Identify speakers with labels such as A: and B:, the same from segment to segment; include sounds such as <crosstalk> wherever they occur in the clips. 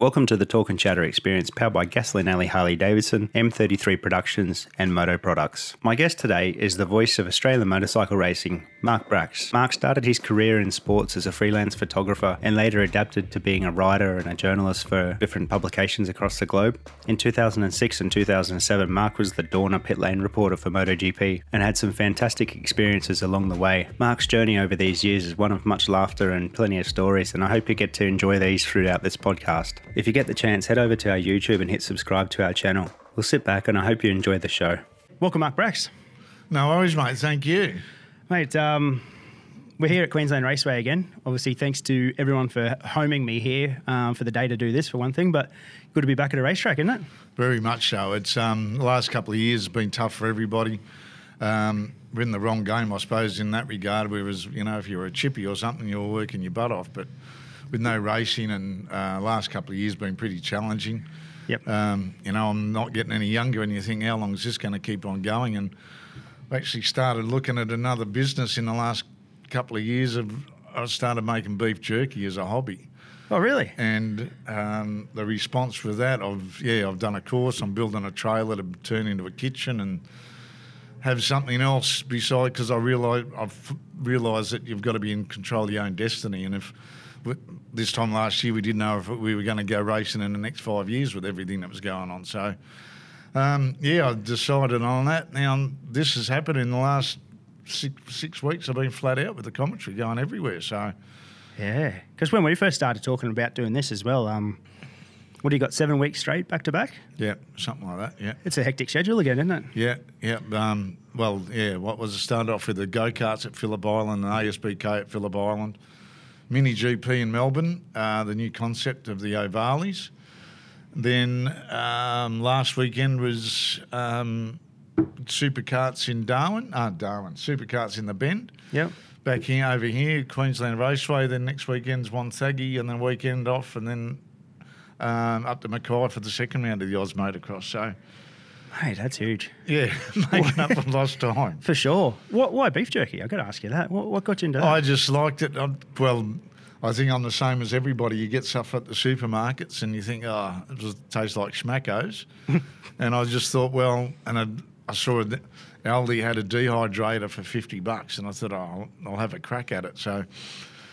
A: Welcome to the Talk and Chatter experience powered by Gasoline Alley Harley Davidson, M33 Productions, and Moto Products. My guest today is the voice of Australian motorcycle racing, Mark Brax. Mark started his career in sports as a freelance photographer and later adapted to being a writer and a journalist for different publications across the globe. In 2006 and 2007, Mark was the Dorna pit lane reporter for MotoGP and had some fantastic experiences along the way. Mark's journey over these years is one of much laughter and plenty of stories, and I hope you get to enjoy these throughout this podcast. If you get the chance, head over to our YouTube and hit subscribe to our channel. We'll sit back and I hope you enjoy the show. Welcome, Mark Brax.
B: No worries, mate. Thank you.
A: Mate, um, we're here at Queensland Raceway again. Obviously, thanks to everyone for homing me here um, for the day to do this, for one thing, but good to be back at a racetrack, isn't it?
B: Very much so. It's um, the last couple of years has been tough for everybody. Um, we're in the wrong game, I suppose, in that regard. Whereas, you know, if you were a chippy or something, you were working your butt off. But with no racing and uh, last couple of years been pretty challenging.
A: Yep.
B: Um, you know, I'm not getting any younger, and you think, how long is this going to keep on going? And I actually started looking at another business in the last couple of years. Of I started making beef jerky as a hobby,
A: Oh, really?
B: and um, the response for that, I've yeah, I've done a course. I'm building a trailer to turn into a kitchen and have something else beside because I realize I've realised that you've got to be in control of your own destiny. And if w- this time last year we didn't know if we were going to go racing in the next five years with everything that was going on, so um, yeah, I decided on that. Now this has happened in the last six six weeks. I've been flat out with the commentary going everywhere. So
A: Yeah. Because when we first started talking about doing this as well, um, what do you got, seven weeks straight back to back?
B: yeah, something like that. Yeah.
A: It's a hectic schedule again, isn't it?
B: Yeah, yeah. Um, well, yeah. What was it? Started off with the go karts at Phillip Island, and ASBK at Phillip Island, mini GP in Melbourne, uh, the new concept of the Ovales. Then um, last weekend was um, supercarts in Darwin, uh, Darwin supercarts in the Bend.
A: Yep.
B: Back here over here, Queensland Raceway. Then next weekend's Wonthaggi, and then weekend off, and then um, up to Mackay for the second round of the Oz Motocross. So.
A: Mate, that's huge.
B: Yeah, <laughs> making up for lost time.
A: For sure. What, why beef jerky? i got to ask you that. What, what got you into that?
B: I just liked it. I, well, I think I'm the same as everybody. You get stuff at the supermarkets and you think, oh, it just tastes like schmackos. and I just thought, well, and I, I saw that Aldi had a dehydrator for 50 bucks and I thought, oh, I'll, I'll have a crack at it. So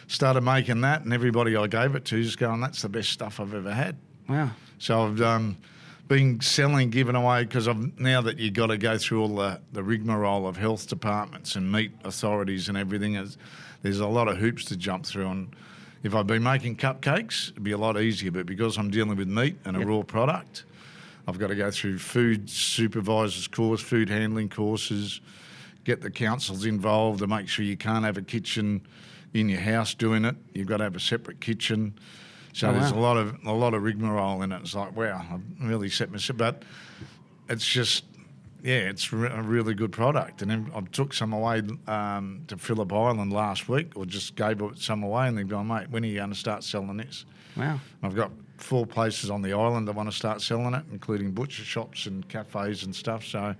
B: started making that and everybody I gave it to is going, that's the best stuff I've ever had.
A: wow.
B: So I've um, been selling, giving away because I've now that you've got to go through all the, the rigmarole of health departments and meet authorities and everything. It's, there's a lot of hoops to jump through. And if I've been making cupcakes, it'd be a lot easier. But because I'm dealing with meat and a raw product, I've got to go through food supervisors course, food handling courses, get the councils involved to make sure you can't have a kitchen in your house doing it. You've got to have a separate kitchen. So
A: Oh,
B: there's
A: wow.
B: a lot of a lot of rigmarole in it. It's like wow, I've really set myself. But it's just yeah, it's re- a really good product. And then I took some away um, to Phillip Island last week, or just gave some away, and they've gone, mate, when are you going to start selling this?
A: Wow.
B: I've got four places on the island that want to start selling it, including butcher shops and cafes and stuff. So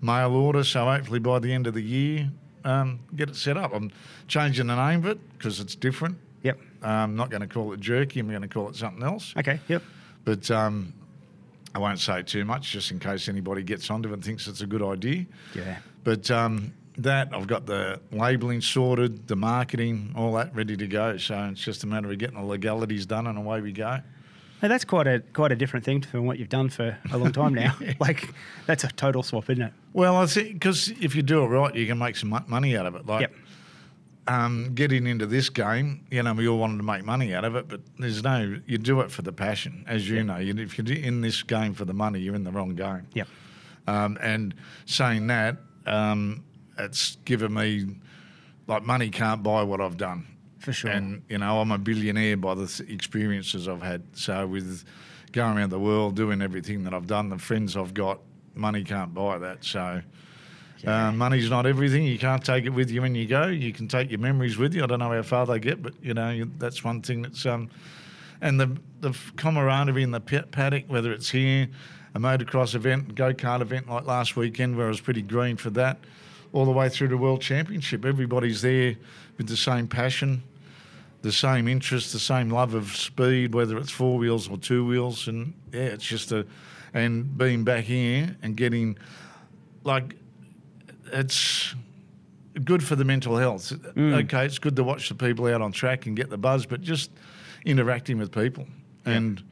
B: mail order. So hopefully by the end of the year, um, get it set up. I'm changing the name of it because it's different.
A: Yep.
B: I'm not going to call it jerky. I'm going to call it something else.
A: Okay. Yep.
B: But um, I won't say too much just in case anybody gets onto it and thinks it's a good idea.
A: Yeah.
B: But um, that, I've got the labelling sorted, the marketing, all that ready to go. So it's just a matter of getting the legalities done and away we go.
A: Hey, that's quite a quite a different thing from what you've done for a long time now. Like that's a total swap, isn't it?
B: Well, I think because if you do it right, you can make some mo- money out of it. Like
A: Yep.
B: um, getting into this game, you know, we all wanted to make money out of it, but there's no, you do it for the passion, as you know. You, if you're in this game for the money, you're in the wrong game.
A: Yep.
B: Um, and saying that, um, it's given me like money can't buy what I've done.
A: For sure.
B: And you know, I'm a billionaire by the th- experiences I've had. So with going around the world, doing everything that I've done, the friends I've got, money can't buy that. So. Uh, money's not everything. You can't take it with you when you go. You can take your memories with you. I don't know how far they get, but you know you, that's one thing that's um, and the the camaraderie in the pa- paddock, whether it's here, a motocross event, go kart event like last weekend where I was pretty green for that, all the way through to World Championship. Everybody's there with the same passion. the same interest, the same love of speed, whether it's four wheels or two wheels, and yeah, it's just a, and being back here and getting, like, it's good for the mental health. Okay, it's good to watch the people out on track and get the buzz, but just interacting with people. And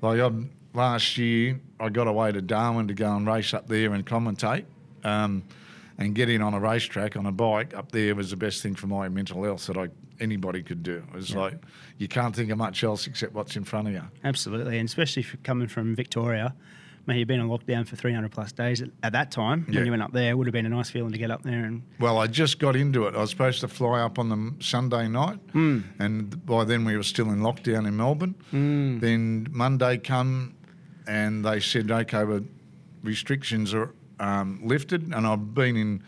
B: like I'm, last year, I got away to Darwin to go and race up there and commentate. Um, and getting on a racetrack on a bike up there was the best thing for my mental health that I anybody could do. It was like you can't think of much else except what's in front of you.
C: Absolutely, and especially if you're coming from Victoria, mate, you've been on lockdown for 300 plus days. At, at that time,
B: Yeah.
C: when you went up there, it would have been a nice feeling to get up there and
B: Well, I just got into it. I was supposed to fly up on the m- Sunday night, and by then we were still in lockdown in Melbourne. Then Monday come, and they said, "Okay, well, restrictions are um, lifted," and I've been in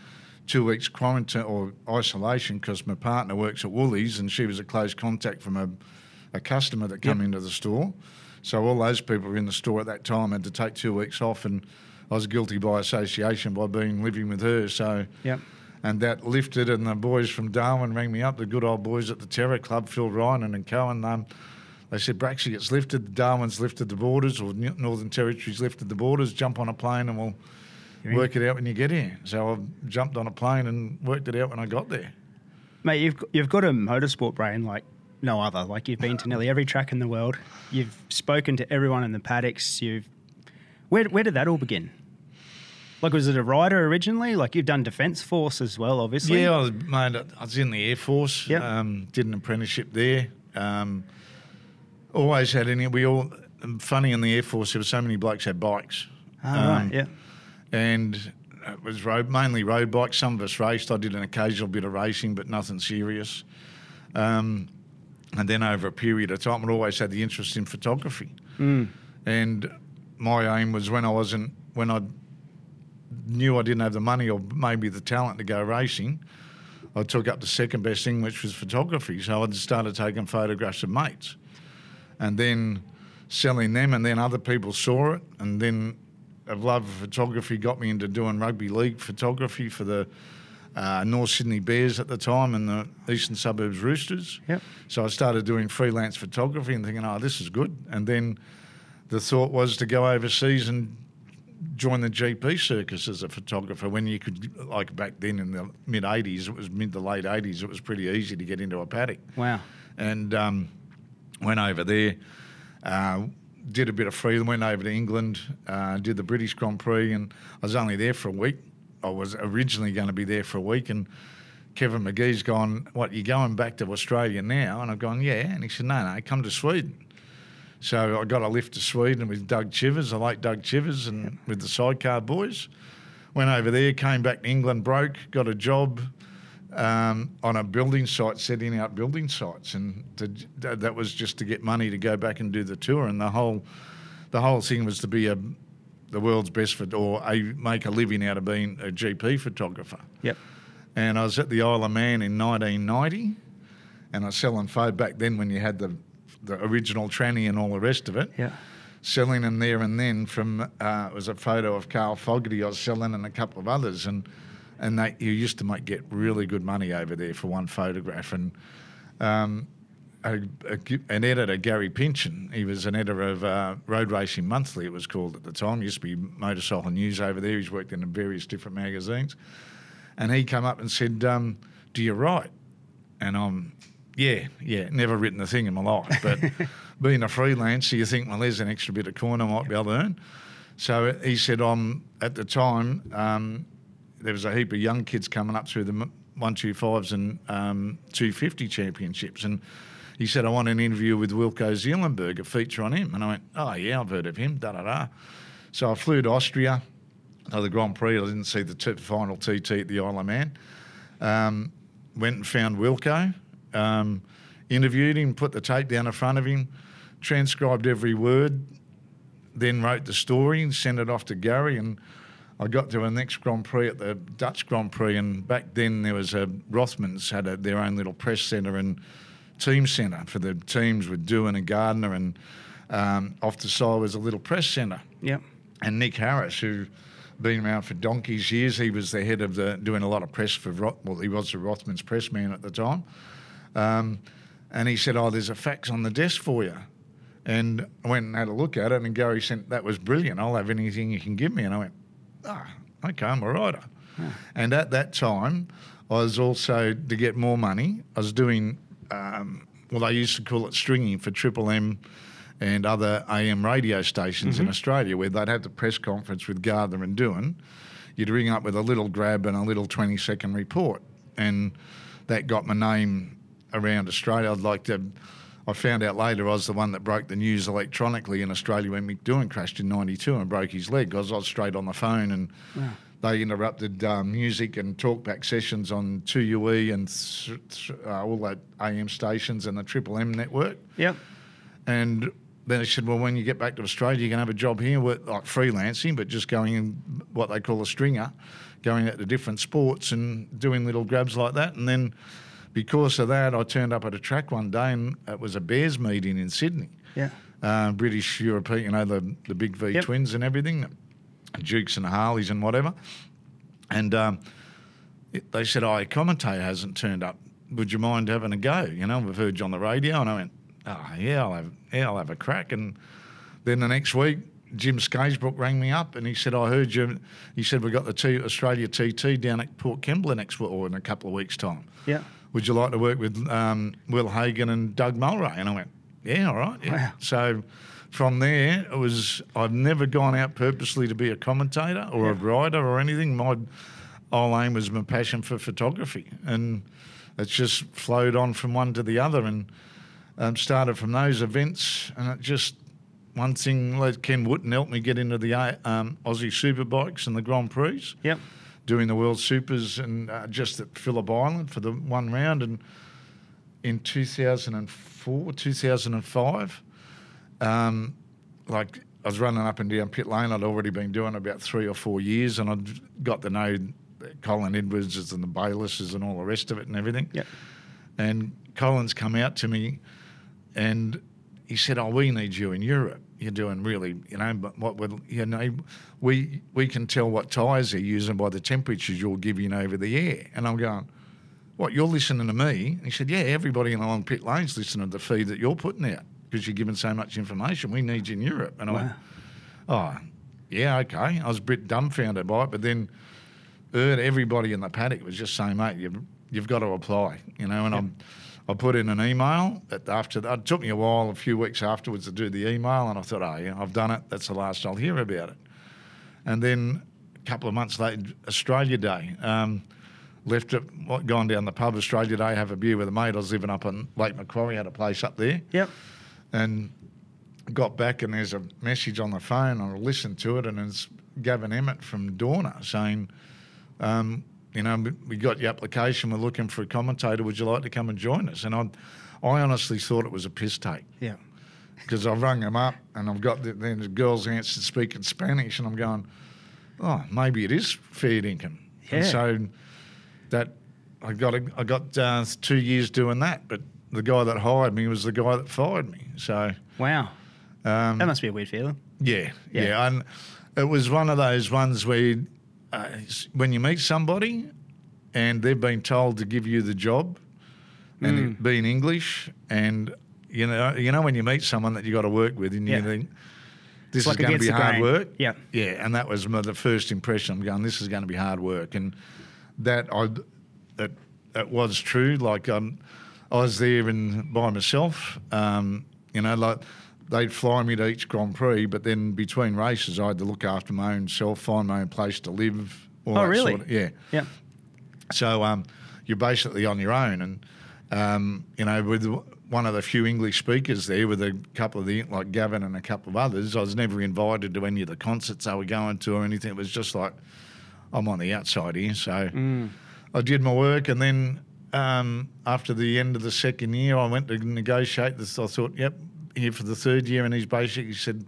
B: two weeks quarantine or isolation because my partner works at Woolies, and she was a close contact from a, a customer that come into the store. So all those people were in the store at that time had to take two weeks off, and I was guilty by association by being living with her. So
C: Yep.
B: and that lifted. And the boys from Darwin rang me up, the good old boys at the Terror Club, Phil Ryan and Cohen. Um, they said, Braxy, it's lifted. Darwin's lifted the borders, or N- Northern Territory's lifted the borders. Jump on a plane and we'll work it out when you get here. So I jumped on a plane and worked it out when I got there.
C: Mate, you've g- you've got a motorsport brain like no other. Like you've been to nearly every track in the world. You've spoken to everyone in the paddocks. You've where where did that all begin? Like was it a rider originally? Like you've done defence force as well, obviously.
B: Yeah, I was, mate, I was in the Air Force.
C: Yep.
B: Um, did an apprenticeship there. Um, always had any. We all um, funny in the Air Force. There were so many blokes had bikes.
C: Ah, right,
B: Um,
C: yeah.
B: and it was road, mainly road bikes. Some of us raced. I did an occasional bit of racing, but nothing serious. Um, and then over a period of time, I always had the interest in photography. And my aim was when I wasn't when I knew I didn't have the money or maybe the talent to go racing. I took up the second best thing, which was photography. So I started taking photographs of mates and then selling them, and then other people saw it, and then a love of photography got me into doing rugby league photography for the uh, North Sydney Bears at the time and the Eastern Suburbs Roosters.
C: Yep.
B: So I started doing freelance photography and thinking, oh, this is good. And then the thought was to go overseas and join the GP circus as a photographer when you could, like back then in the mid 80s, it was mid to late 80s, it was pretty easy to get into a paddock
C: Wow.
B: and um, went over there. Uh, did a bit of free, went over to England, uh, did the British Grand Prix, and I was only there for a week. I was originally going to be there for a week, and Kevin McGee's gone, What, you're going back to Australia now? And I've gone, Yeah. And he said, No, no, come to Sweden. So I got a lift to Sweden with Doug Chivers, the late Doug Chivers, and with the sidecar boys. Went over there, came back to England, broke, got a job um, on a building site, setting out building sites, and to, that that was just to get money to go back and do the tour. And the whole, the whole thing was to be a, the world's best for, or a, make a living out of being a GP photographer.
C: Yep.
B: And I was at the Isle of Man in 1990, and I was selling photo back then when you had the, the original tranny and all the rest of it
C: Yeah.
B: selling them there and then from uh, it was a photo of Carl Fogarty I was selling and a couple of others and and they you used to make get really good money over there for one photograph and um, a, a g- an editor Gary Pynchon he was an editor of uh, Road Racing Monthly it was called at the time used to be Motorcycle News over there he's worked in various different magazines and he came up and said um, do you write and I'm, yeah, yeah, never written a thing in my life. But being a freelancer, you think, well, there's an extra bit of coin I might be able to earn. So he said, I'm at the time, um, there was a heap of young kids coming up through the m- 125s and um, 250 championships. And he said, I want an interview with Wilco Zielenberg, a feature on him. And I went, oh, yeah, I've heard of him, da da da. So I flew to Austria, another Grand Prix. I didn't see the t- final TT at the Isle of Man um, went and found Wilco, um, interviewed him, put the tape down in front of him, transcribed every word, then wrote the story and sent it off to Gary. And I got to a next Grand Prix at the Dutch Grand Prix, and back then there was a Rothmans had a, their own little press centre and team centre for the teams with Doohan and Gardner, and um, off the side was a little press centre
C: Yep.
B: and Nick Harris, who been around for donkey's years. He was the head of the doing a lot of press for Roth. Well, he was the Rothmans press man at the time. Um, And he said, Oh, there's a fax on the desk for you. And I went and had a look at it, and Gary sent, That was brilliant. I'll have anything you can give me. And I went, Ah, okay, I'm a writer. And at that time, I was also, to get more money, I was doing, um, well, they used to call it stringing for Triple M and other AM radio stations in Australia where they'd have the press conference with Gardner and Doohan. You'd ring up with a little grab and a little 20 second report. And that got my name around Australia. I'd like to. I found out later I was the one that broke the news electronically in Australia when Mick Doohan crashed in '92 and broke his leg. Because I was straight on the phone and they interrupted um, music and talkback sessions on 2UE and th- th- uh, all that AM stations and the Triple M network.
C: Yep.
B: And then they said, well, when you get back to Australia, you can have a job here, with, like freelancing, but just going in what they call a stringer, going out to different sports and doing little grabs like that. And then because of that, I turned up at a track one day and it was a Bears meeting in Sydney.
C: Yeah.
B: Uh, British, European, you know, the, the big V
C: Yep.
B: twins and everything, Dukes and Harleys and whatever. And um, it- they said, "Oh, a commentator hasn't turned up. Would you mind having a go? You know, we've heard you on the radio." And I went, "Oh yeah, I'll have yeah, I'll have a crack." And then the next week, Jim Scazebrook rang me up and he said, "I heard you." He said, "We got the T- Australia TT down at Port Kembla next week, or in a couple of weeks' time.
C: Yeah.
B: Would you like to work with um, Will Hagan and Doug Mulray?" And I went, "Yeah, all right." yeah."
C: Wow.
B: So. From there, it was I've never gone out purposely to be a commentator or a writer or anything. My whole aim was my passion for photography, and it's just flowed on from one to the other, and um, started from those events, and it just one thing led Ken Wooden helped me get into the uh, um, Aussie Superbikes and the Grand Prix
C: Yep.
B: doing the World Supers and uh, just at Phillip Island for the one round. And in 2004, 2005, um, like I was running up and down pit lane. I'd already been doing about three or four years, and I'd got to know Colin Edwards and the Baylesses and all the rest of it and everything.
C: Yep.
B: And Colin's come out to me and he said, "Oh, we need you in Europe. You're doing really, you know, but what would you know? We we can tell what tyres they're using by the temperatures you're giving over the air." And I'm going, "What? You're listening to me?" And he said, "Yeah, everybody in along pit lanes listening to the feed that you're putting out because you're giving so much information. We need you in Europe." And I went, "Oh, yeah, okay." I was a bit dumbfounded by it, but then heard everybody in the paddock was just saying, mate, you've, you've got to apply, you know. And I'm, I put in an email at, after that. It took me a while, a few weeks afterwards, to do the email. And I thought, oh, yeah, I've done it. That's the last I'll hear about it. And then a couple of months later, Australia Day. Um, left it, what, gone down the pub Australia Day, have a beer with a mate. I was living up in Lake Macquarie, had a place up there
C: Yep.
B: and got back and there's a message on the phone. I listened to it and it's Gavin Emmett from Dorna saying, um, you know, "We- we got your application. We're looking for a commentator. Would you like to come and join us? And I, I honestly thought it was a piss take
C: Yeah.
B: because I've rung them up and I've got the, then the girls answered speaking Spanish and I'm going, oh, maybe it is fair income. And
C: Yeah.
B: so that I got a, I got uh, two years doing that, but the guy that hired me was the guy that fired me. So
C: Wow.
B: um,
C: That must be a weird feeling.
B: yeah,
C: Yeah.
B: yeah, And it was one of those ones where you- uh, s- when you meet somebody and they've been told to give you the job and
C: Mm.
B: it being English and you know you know when you meet someone that you got to work with and
C: Yeah.
B: you think this
C: like
B: is going to
C: against
B: be
C: the
B: hard
C: grain.
B: work.
C: Yeah.
B: Yeah, and that was my, the first impression. I'm going this is going to be hard work and that I that that was true. Like um, I was there and by myself. Um, you know, like they'd fly me to each Grand Prix, but then between races, I had to look after my own self, find my own place to live. All
C: Oh,
B: that
C: really?
B: Sort of, yeah.
C: Yep.
B: So um, you're basically on your own, and um, you know, with one of the few English speakers there, with a couple of the like Gavin and a couple of others, I was never invited to any of the concerts they were going to or anything. It was just like I'm on the outside here, so I did my work, and then um, after the end of the second year, I went to negotiate this. I thought, yep, here for the third year, and he's basically said,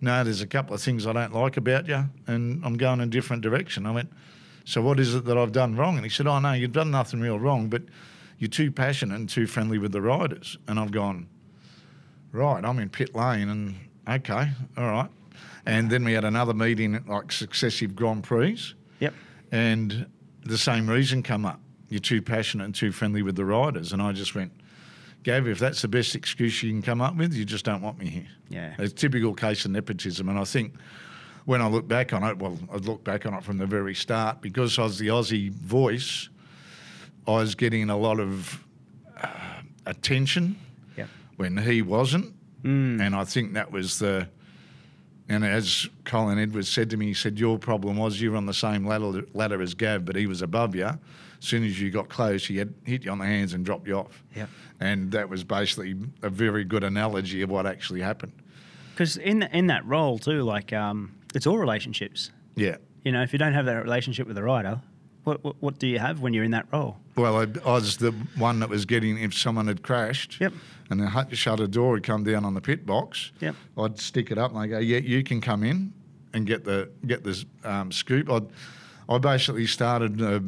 B: no, there's a couple of things I don't like about you, and I'm going in a different direction. I went, so what is it that I've done wrong? And he said, oh no, you've done nothing real wrong, but you're too passionate and too friendly with the riders. And I've gone, right, I'm in pit lane, and okay, all right. And then we had another meeting at like successive Grand Prix
C: Yep.
B: and the same reason come up. You're too passionate and too friendly with the riders, and I just went, Gav, if that's the best excuse you can come up with, you just don't want me here.
C: Yeah.
B: It's a typical case of nepotism. And I think when I look back on it, well, I look back on it from the very start because I was the Aussie voice, I was getting a lot of uh, attention
C: Yep.
B: when he wasn't. And I think that was the. And as Colin Edwards said to me, he said, Your problem was you were on the same ladder, ladder as Gav, but he was above you. As soon as you got close, he had hit you on the hands and dropped you off.
C: Yep.
B: And that was basically a very good analogy of what actually happened.
A: Because in th- in that role too, like um, it's all relationships.
B: Yeah.
A: You know, if you don't have that relationship with the writer, what what, what do you have when you're in that role?
B: Well, I, I was the one that was getting, if someone had crashed
A: Yep.
B: and the hut shutter door had come down on the pit box,
A: Yep.
B: I'd stick it up and I go, yeah, you can come in and get the get the um, scoop. I'd, I basically started uh,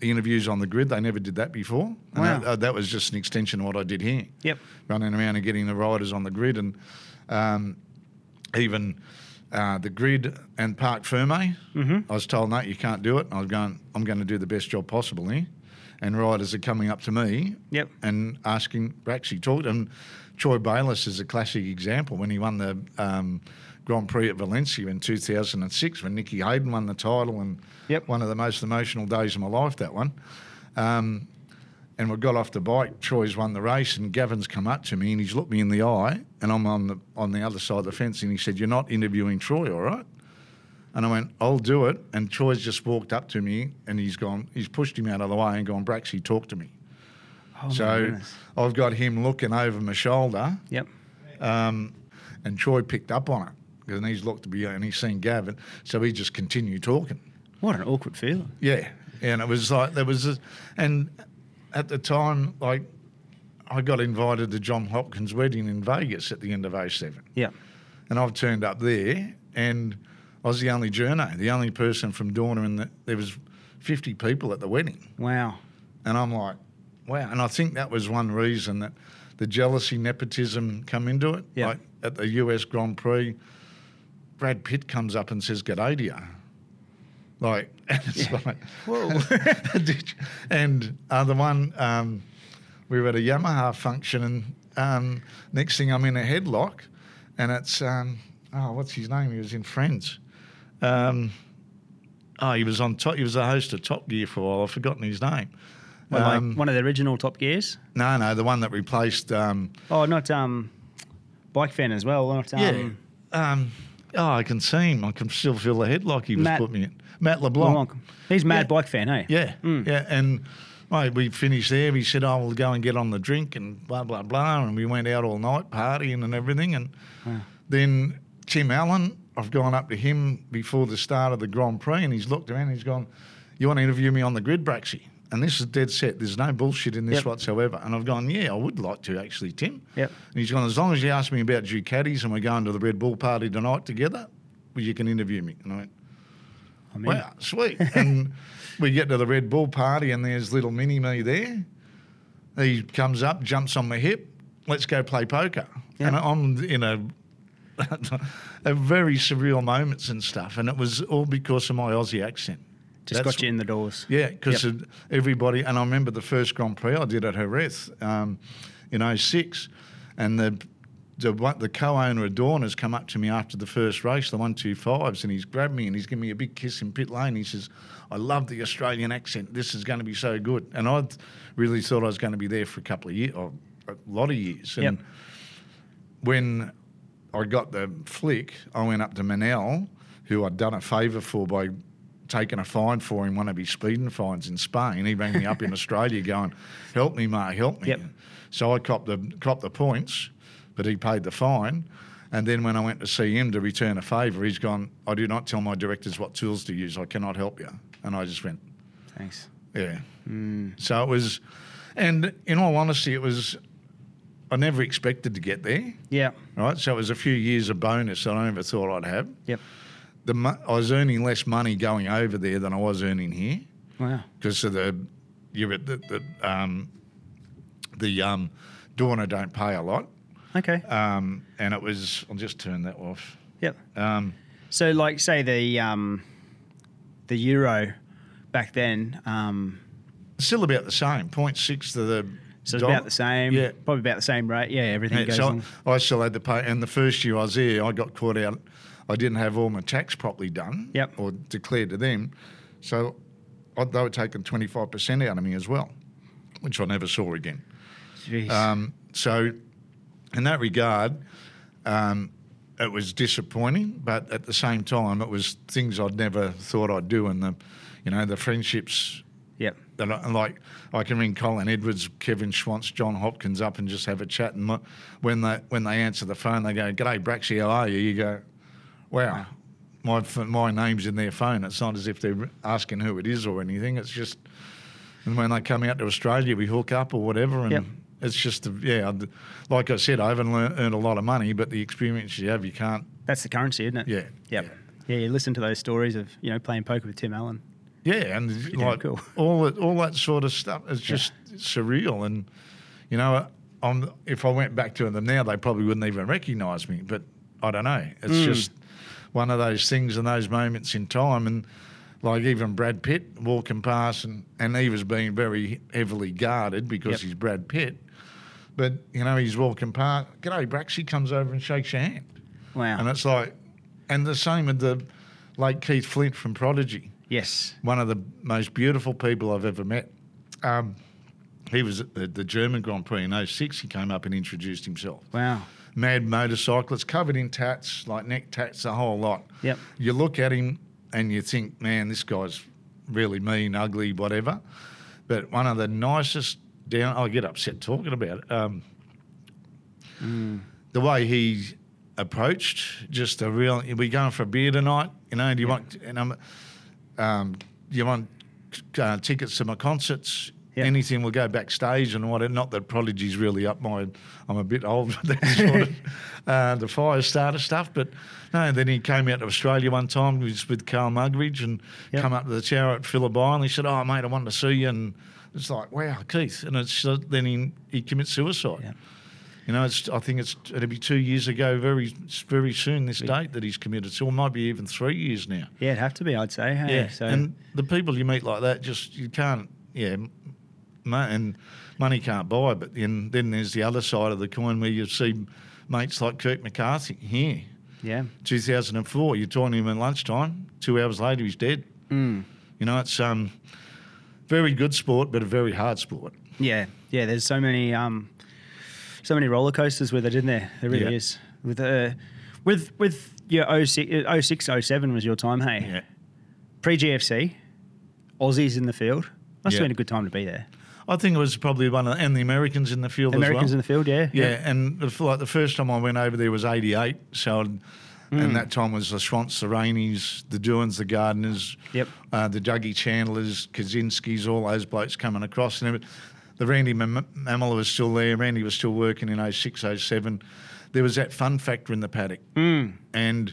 B: interviews on the grid. They never did that before. And
A: Wow.
B: that, uh, that was just an extension of what I did here.
A: Yep.
B: Running around and getting the riders on the grid and um, even uh, the grid and Park Ferme.
A: Mm-hmm.
B: I was told, no, you can't do it. I was going, I'm going to do the best job possible here. And riders are coming up to me
A: Yep.
B: and asking Braxy talked. And Troy Bayliss is a classic example when he won the um, Grand Prix at Valencia in 2006 when Nicky Hayden won the title and
A: Yep.
B: one of the most emotional days of my life, that one. Um, and we got off the bike. Troy's won the race, and Gavin's come up to me and he's looked me in the eye, and I'm on the on the other side of the fence, and he said, "You're not interviewing Troy, all right?" And I went, "I'll do it." And Troy's just walked up to me, and he's gone. He's pushed him out of the way and gone, "Braxy, talk to me."
A: Oh my
B: So
A: goodness.
B: I've got him looking over my shoulder,
A: Yep.
B: um, and Troy picked up on it, and he's looked to be and he's seen Gavin, so he just continued talking.
A: What an awkward feeling.
B: Yeah, and it was like there was, a, and at the time, like I got invited to John Hopkins' wedding in Vegas at the end of 07
A: Yep.
B: and I've turned up there, and I was the only journo, the only person from Dorna, and the, there was 50 people at the wedding.
A: Wow.
B: And I'm like, wow. And I think that was one reason that the jealousy nepotism come into it.
A: Yeah.
B: Like at the US Grand Prix, Brad Pitt comes up and says, G'day to you. Like, <laughs> and it's like,
A: Whoa.
B: <laughs> Did you- and uh, the one, um, we were at a Yamaha function, and um, next thing I'm in a headlock, and it's, um, oh, what's his name? He was in Friends. Um, oh, he was on top, he was the host of Top Gear for a while. I've forgotten his name.
A: Well,
B: Um,
A: like one of the original Top Gears.
B: no, no, the one that replaced. Um,
A: Oh, not um, bike fan as well. Not um,
B: Um, oh, I can see him. I can still feel the headlock he was
A: Matt-
B: putting me in. Matt LeBlanc.
A: Blanc. He's mad
B: Yeah.
A: bike fan, eh? hey?
B: Yeah,
A: Hmm.
B: yeah. And mate, we finished there. He said, "I will go and get on the drink and blah blah blah." And we went out all night partying and everything. And then Tim Allen, I've gone up to him before the start of the Grand Prix, and he's looked around. and He's gone, "You want to interview me on the grid, Braxy?" And this is dead set. There's no bullshit in this
A: Yep.
B: whatsoever. And I've gone, yeah, I would like to actually, Tim.
A: Yep.
B: And he's gone, as long as you ask me about Ducatis and we're going to the Red Bull party tonight together, well, you can interview me. And I went,
A: I mean,
B: Wow, sweet. and we get to the Red Bull party, and there's little mini me there. He comes up, jumps on my hip. Let's go play poker.
A: Yeah.
B: And I'm in a, <laughs> a very surreal moments and stuff. And it was all because of my Aussie accent.
A: just
B: That's-
A: got you in the doors.
B: yeah, because
A: Yep.
B: everybody, and I remember the first Grand Prix I did at Jerez um, in 06, and the the, one- the co-owner of Dawn has come up to me after the first race, the one two fives, and he's grabbed me and he's given me a big kiss in pit lane. He says, "I love the Australian accent. This is going to be so good." And I really thought I was going to be there for a couple of years, or a lot of years. And
A: Yep.
B: when I got the flick, I went up to Manel, who I'd done a favour for by taking a fine for him, one of his speeding fines in Spain. He rang me up in Australia going, help me, mate, help me.
A: Yep.
B: So I copped the, copped the points, but he paid the fine. And then when I went to see him to return a favour, he's gone, I do not tell my directors what tools to use. I cannot help you. And I just went,
A: Thanks.
B: yeah. So it was, and in all honesty, it was, I never expected to get there
A: Yeah.
B: right? So it was a few years of bonus that I never thought I'd have.
A: Yep.
B: The mo- I was earning less money going over there than I was earning here
A: Wow.
B: because of the you're at the, the um the um Dorna don't pay a lot,
A: Okay.
B: um, and it was I'll just turn that off.
A: yep.
B: Um,
A: So, like, say the um, the euro back then. Um,
B: still about the same, 0.6 to the
A: So it's
B: Dom-
A: about the same.
B: Yeah.
A: Probably about the same rate. Yeah, everything
B: Yeah,
A: goes
B: so
A: on.
B: I still had to pay. And the first year I was there, I got caught out. I didn't have all my tax properly done
A: Yep.
B: or declared to them. So I, they were taking 25% out of me as well, which I never saw again.
A: Jeez.
B: Um, so, in that regard, um, it was disappointing, but at the same time, it was things I'd never thought I'd do, and the, you know, the friendships.
A: yep.
B: That I, like I can ring Colin Edwards, Kevin Schwantz, John Hopkins up and just have a chat. And my, when they when they answer the phone, they go, "G'day, Braxy, how are you?" You go, "Wow, my f- my name's in their phone. It's not as if they're asking who it is or anything. It's just and when they come out to Australia, we hook up or whatever. And
A: Yep.
B: it's just, a- yeah, I'd- like I said, I haven't learnt, earned a lot of money, but the experience you have, you can't.
A: That's the currency, isn't it?
B: Yeah,
A: Yep. Yeah. you listen to those stories of you know playing poker with Tim Allen.
B: Yeah, and it's
A: damn
B: like
A: cool.
B: <laughs> all that, all that sort of stuff is just surreal. And you know, I'm, if I went back to them now, they probably wouldn't even recognise me. But I don't know. It's
A: Mm.
B: just one of those things and those moments in time. And like even Brad Pitt walking past, and and he was being very heavily guarded
A: Yep.
B: because he's Brad Pitt. But you know, he's walking past. G'day, Brax. He comes over and shakes your hand,
A: Wow.
B: and it's like, and the same with the late Keith Flint from Prodigy
A: yes.
B: one of the most beautiful people I've ever met. Um, he was at the, the German Grand Prix in 06. He came up and introduced himself.
A: Wow.
B: Mad motorcyclist, covered in tats, like neck tats, the whole lot.
A: Yep.
B: You look at him and you think, man, this guy's really mean, ugly, whatever. But one of the nicest down, I get upset talking about it. Um,
A: Mm.
B: The way he approached, just a real, we going for a beer tonight? You know, do you want, and I'm, um, you want uh, tickets to my concerts?
A: Yeah.
B: Anything will go backstage and whatever. Not that Prodigy's really up my. I'm a bit old for that sort of uh, the fire starter stuff, but no. Then he came out to Australia one time. He was with Carl Mugridge and
A: Yeah.
B: come up to the tower at Phillibine. And he said, "Oh mate, I wanted to see you." And it's like, "Wow, Keith!" And it's uh, then he he commits suicide.
A: Yeah.
B: You know, it's, I think it's it'll be two years ago, very very soon this date that he's committed. So it might be even three years now.
A: Yeah, it'd have to be. I'd say. Hey?
B: Yeah,
A: So
B: and the people you meet like that, just you can't. Yeah, mo- and money can't buy. But then, then there's the other side of the coin where you see mates like Kirk McCarthy here,
A: yeah.
B: 2004. You're talking to him at lunchtime. Two hours later, he's dead.
A: Mm.
B: You know, it's um, very good sport, but a very hard sport.
A: Yeah, yeah. There's so many, um, so many roller coasters with it, isn't there? There really
B: Yeah.
A: is. With uh, with with your 06, uh, 06 07 was your time, hey?
B: Yeah.
A: Pre GFC, Aussies in the field. Must
B: Yeah.
A: have been a good time to be there.
B: I think it was probably one of, and the Americans in the field as well.
A: Americans in the field, yeah,
B: Yeah, and the, like the first time I went over there was '88. So, I'd- and that time was the Swants, the Rainies, the Doohans, the Gardeners,
A: Yep.
B: uh, the Dougie Chandlers, Kaczynskis, all those blokes coming across. And every- the Randy Mam- Mammola was still there. Randy was still working in 06, 07. There was that fun factor in the paddock, and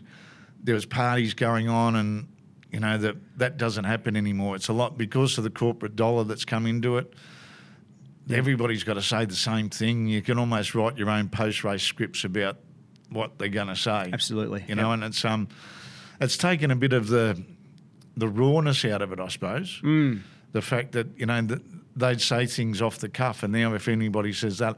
B: there was parties going on, and you know that that doesn't happen anymore. It's a lot because of the corporate dollar that's come into it. Everybody's got to say the same thing. You can almost write your own post race scripts about what they're going to say.
A: Absolutely.
B: You know, and it's um, it's taken a bit of the the rawness out of it, I suppose. Mm. The fact that you know that they'd say things off the cuff, and now if anybody says that,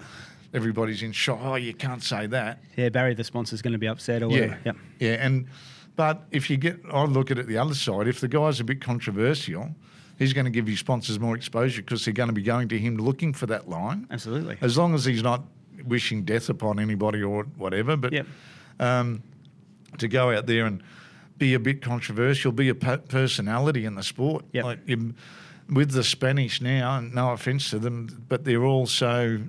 B: everybody's in shock. Oh, you can't say that.
A: yeah. Barry, the sponsor's going to be upset or whatever. Yep.
B: Yeah, and but if you get, I look at it the other side. If the guy's a bit controversial, he's going to give his sponsors more exposure because they're going to be going to him looking for that line.
A: Absolutely.
B: As long as he's not wishing death upon anybody or whatever, but
A: Yep.
B: um, to go out there and be a bit controversial, be a pe- personality in the sport.
A: Yep.
B: Like you, with the Spanish now, and no offense to them, but they're all so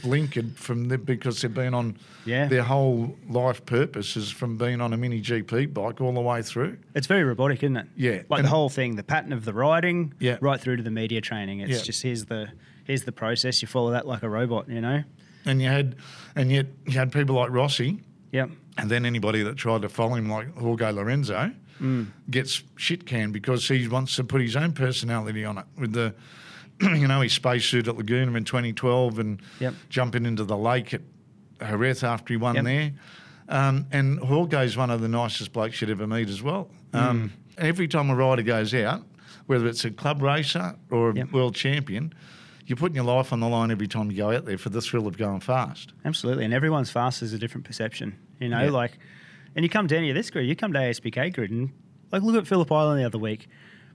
B: blinkered from the, because they've been on
A: Yeah.
B: their whole life purpose is from being on a mini GP bike all the way through.
A: It's very robotic, isn't it?
B: Yeah,
A: Like
B: and-
A: the whole thing, the pattern of the riding,
B: Yeah.
A: right through to the media training. It's
B: Yeah.
A: just here's the here's the process. You follow that like a robot, you know.
B: And you had, and yet you had people like Rossi,
A: Yep.
B: And then anybody that tried to follow him, like Jorge Lorenzo,
A: Mm.
B: gets shit canned because he wants to put his own personality on it with the, <clears throat> you know, his spacesuit at Laguna in 2012 and
A: Yep.
B: jumping into the lake at Jerez after he won
A: Yep.
B: there. Um, and Jorge's one of the nicest blokes you'd ever meet as well.
A: Mm.
B: Um, Every time a rider goes out, whether it's a club racer or a
A: Yep.
B: world champion, you're putting your life on the line every time you go out there for the thrill of going fast.
A: Absolutely, and everyone's fast is a different perception. You know,
B: Yeah.
A: like, and you come to any of this grid, you come to ASPK grid, and like look at Phillip Island the other week.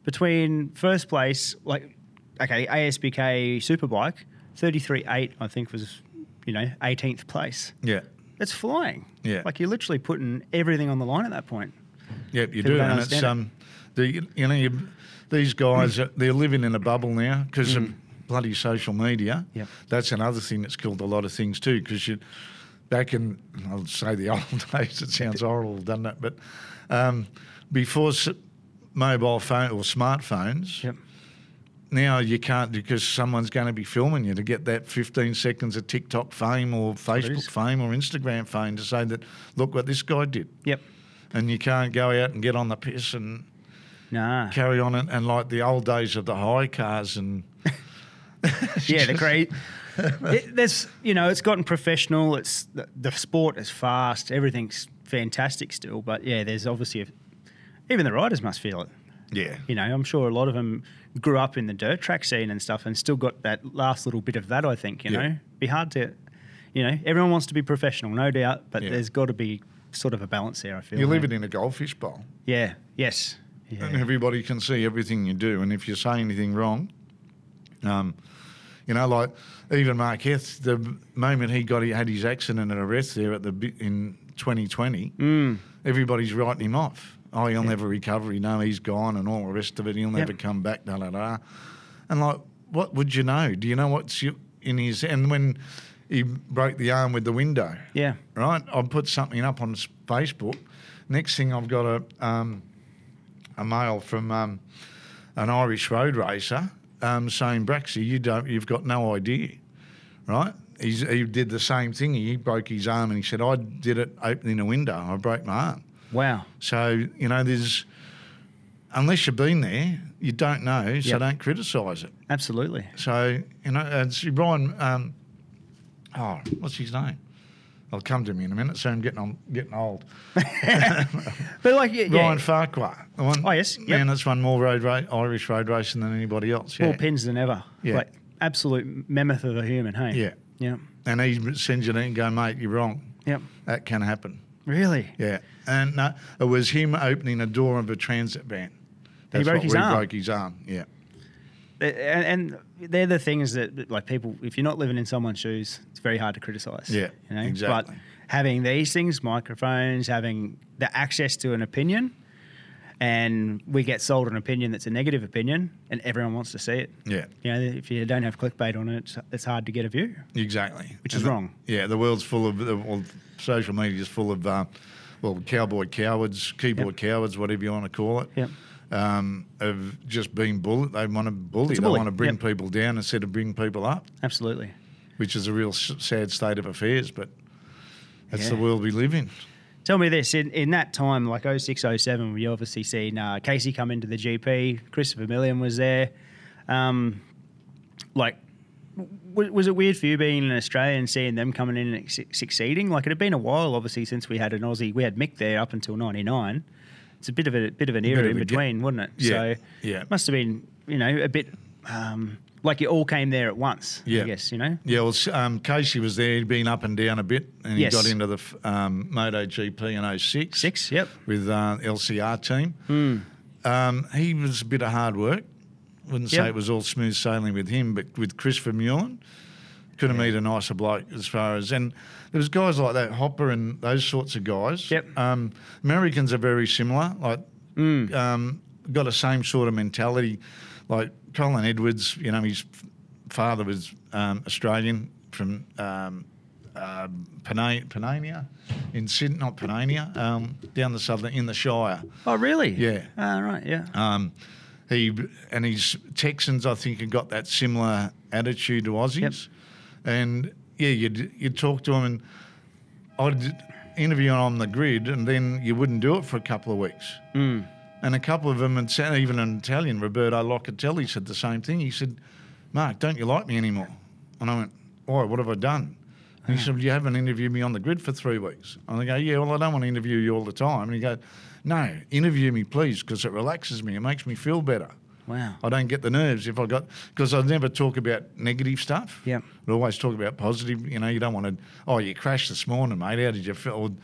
A: Between first place, like, okay, ASBK Superbike, thirty three eight, I think was, you know, eighteenth place.
B: Yeah.
A: It's flying.
B: Yeah.
A: like you're literally putting everything on the line at that point.
B: Yep, you
A: People
B: do,
A: don't
B: and it's
A: understand it. Mm.
B: um, the you know you, these guys are- they're living in a bubble now because of bloody social media.
A: Yep.
B: that's another thing that's killed a lot of things too. Because you back in I'll say the <laughs> old days, it sounds horrible, doesn't it? But um, before s- mobile phone or smartphones,
A: Yep.
B: now you can't because someone's going to be filming you to get that 15 seconds of TikTok fame or
A: is.
B: Facebook fame or Instagram fame to say that look what this guy did
A: Yep.
B: and you can't go out and get on the piss and <laughs>
A: Nah.
B: carry on and, and like the old days of the high cars and
A: <laughs>
B: <laughs>
A: yeah, the great. It, there's, you know, it's gotten professional. It's the, the sport is fast. Everything's fantastic still, but yeah, there's obviously a, even the riders must feel it.
B: yeah
A: You know, I'm sure a lot of them grew up in the dirt track scene and stuff, and still got that last little bit of that. I think you
B: Yeah.
A: know, be hard to, you know, everyone wants to be professional, no doubt, but
B: Yeah.
A: there's got to be sort of a balance there. I feel
B: you're
A: eh?
B: living in a goldfish bowl
A: Yeah. Yes.
B: and
A: Yeah.
B: everybody can see everything you do and if you say anything wrong um you know like even Mark Heth the moment he got he had his accident and arrest there at the bi- in 2020 everybody's writing him off oh he'll never recover you know he's gone and all the rest of it he'll never come back da da da And like, what would you know? Do you know what's you- in his? And when he broke the arm with the window,
A: Yeah.
B: right? I put something up on s- Facebook. Next thing, I've got a um, a mail from um, an Irish road racer um, saying, "Braxy, you don't, you've got no idea, right?" He's, he did the same thing. He broke his arm, and he said, "I did it opening a window. I broke my arm."
A: Wow.
B: So you know, there's unless you've been there, you don't know. So
A: Yep.
B: don't criticise it.
A: Absolutely.
B: So, you know, and see Brian, um, oh, what's his name? I'll come to me in a minute. So I'm getting on, getting old.
A: But like, yeah, yeah.
B: Brian Farquhar. The one,
A: Oh, yes, yep.
B: Man that's won more road ra- Irish road racing than anybody else. Yeah.
A: more pins than ever.
B: Yeah.
A: Like absolute mammoth of a human, hey?
B: Yeah.
A: Yeah.
B: and he sends you an and go, mate, you're wrong.
A: Yep.
B: That can happen.
A: Really?
B: Yeah. And no, it was him opening a door of a transit van. That's
A: broke
B: what
A: his
B: we
A: arm.
B: broke his arm. Yeah.
A: And, and they're the things that, that, like, people, if you're not living in someone's shoes, it's very hard to criticize.
B: Yeah,
A: You know?
B: exactly.
A: But having these things, microphones, having the access to an opinion, and we get sold an opinion that's a negative opinion, and everyone wants to see it.
B: Yeah.
A: You know, if you don't have clickbait on it, it's, it's hard to get a view.
B: Exactly.
A: Which
B: And
A: is
B: the-
A: wrong.
B: Yeah, the world's full of, the- well, social media is full of, um, well, cowboy cowards, keyboard cowards, whatever you want to call it.
A: Yep.
B: Um, of just being bullied. They want to bully.
A: It's a
B: They
A: bully,
B: want to bring
A: yep.
B: people down instead of bring people up,
A: Absolutely.
B: which is a real s- sad state of affairs, but that's the
A: Yeah.
B: world we live in.
A: Tell me this: in, in that time, like 06, 07, we obviously seen uh, Casey come into the GP. Christopher Millian was there. Um, like, w- was it weird for you being an Australian, seeing them coming in and ex- succeeding? Like, it had been a while, obviously, since we had an Aussie. We had Mick there up until '99. It's a bit of a bit of an era
B: of
A: in
B: a gap.
A: between, wasn't it?
B: Yeah,
A: So,
B: yeah.
A: must have been you know a bit um, like you all came there at once. I
B: Yeah.
A: guess you know.
B: Yeah, well, s- um, Casey was there. He'd been up and down a bit, and
A: Yes.
B: he got into the f- um, Moto GP in 06.
A: Six, yep.
B: With uh, LCR team. Um, he was a bit of hard work. Wouldn't
A: Yep.
B: say it was all smooth sailing with him, but with Chris Vermeulen, couldn't meet a nicer bloke as far as. And there was guys like that, Hopper and those sorts of guys.
A: Yep.
B: Um, Americans are very similar. Like, um, got the same sort of mentality. Like Colin Edwards, you know, his f- father was um, Australian from um, uh, Pana- Panania, in Sydney, not Panania, um, down the southern in the Shire.
A: Oh, really?
B: Yeah.
A: All right. Yeah. Ah.
B: Um, he and his Texans, I think, have got that similar attitude to Aussies. And yeah, you'd you'd talk to him, and I'd interview him on the grid, and then you wouldn't do it for a couple of weeks. And a couple of them, and sa- even an Italian, Roberto Locatelli, said the same thing. He said, "Mark, don't you like me anymore?" And I went, "Why? What have I done?" And he said, "You haven't interviewed me on the grid for three weeks." And I go, "Yeah, well, I don't want to interview you all the time." And he goes, "No, interview me, please, because it relaxes me. It makes me feel better."
A: Wow.
B: I don't get the nerves if I got because I never talk about negative stuff.
A: Yep.
B: I always talk about positive. You know, you don't want to. Oh, you crashed this morning, mate. How did you feel? Or The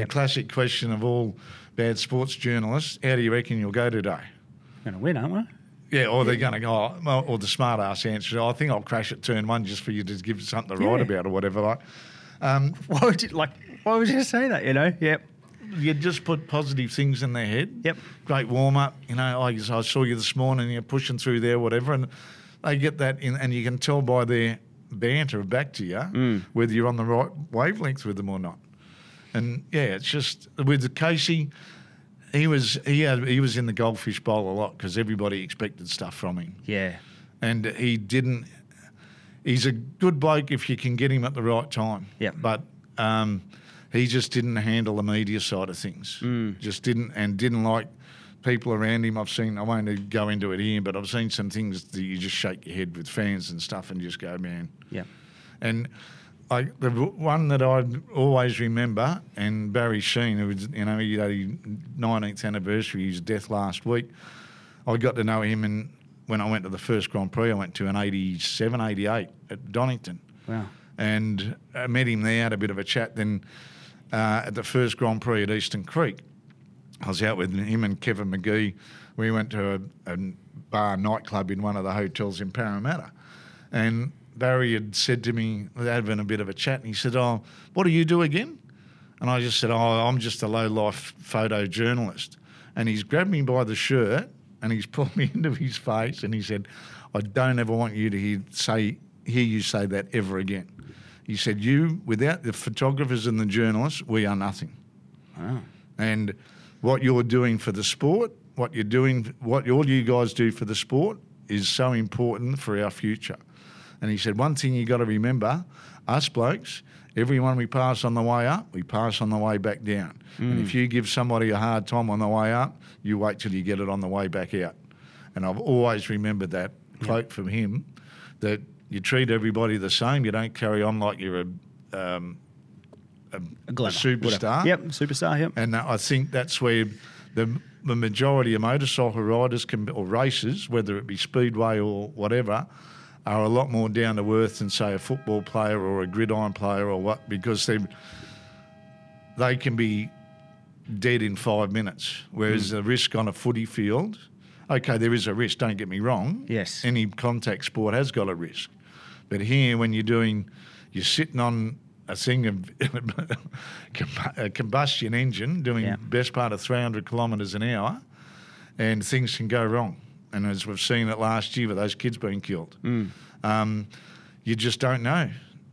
A: Yep.
B: classic question of all bad sports journalists: How do you reckon you'll go today?
A: Going to win, aren't we?
B: Yeah, or they're going to go, oh, well, or the smart ass answer, oh, I think I'll crash at turn one just for you to give something to write
A: Yeah.
B: about or whatever. Like,
A: <laughs> Why would you like? Why would you say that? You know? Yep.
B: you just put positive things in their head.
A: Yep.
B: Great warm up. You know, I, I saw you this morning. You're pushing through there, whatever, and they get that in, and you can tell by their banter back to you whether you're on the right wavelength with them or not. And yeah, it's just with Casey. He was he had, he was in the goldfish bowl a lot because everybody expected stuff from him.
A: Yeah.
B: and he didn't. He's a good bloke if you can get him at the right time.
A: Yep.
B: But um, he just didn't handle the media side of things. Just didn't and didn't like people around him. I've seen. I won't go into it here, but I've seen some things that you just shake your head with fans and stuff, and just go, man.
A: Yep.
B: And like the w- one that I always remember, and Barry Sheen, who was, you know, he had his 19th anniversary, his death last week. I got to know him, and when I went to the first Grand Prix, I went to an 87, 88 at Donington
A: Wow.
B: and I met him there, had a bit of a chat. Then uh, at the first Grand Prix at Eastern Creek, I was out with him and Kevin McGee. We went to a, a bar nightclub in one of the hotels in Parramatta, and Barry had said to me, they had been a bit of a chat, and he said, "Oh, what do you do again?" And I just said, "Oh, I'm just a low life photo journalist." And he's grabbed me by the shirt and he's <laughs> pulled me into his face and he said, "I don't ever want you to hear say hear you say that ever again." He said, "You without the photographers and the journalists, we are nothing." And what you're doing for the sport, what you're doing, what all you guys do for the sport is so important for our future. And he said, one thing you got to remember, us blokes, everyone we pass on the way up, we pass on the way back down. And if you give somebody a hard time on the way up, you wait till you get it on the way back out. And I've always remembered that quote from him that you treat everybody the same, you don't carry on like you're a,
A: A glamour,
B: superstar.
A: whatever. Yep. Superstar. Yep.
B: and I think that's where the the majority of motorcycle riders can or racers, whether it be speedway or whatever, are a lot more down to earth than say a football player or a gridiron player or what, because they they can be dead in five minutes, whereas
A: Hmm.
B: the risk on a footy field, okay, there is a risk. Don't get me wrong.
A: Yes.
B: any contact sport has got a risk, but here when you're doing, you're sitting on a thing of <laughs> combu- a combustion engine doing
A: Yeah.
B: best part of 300 kilometres an hour, and things can go wrong. And as we've seen it last year with those kids being killed,
A: Hmm.
B: um, you just don't know.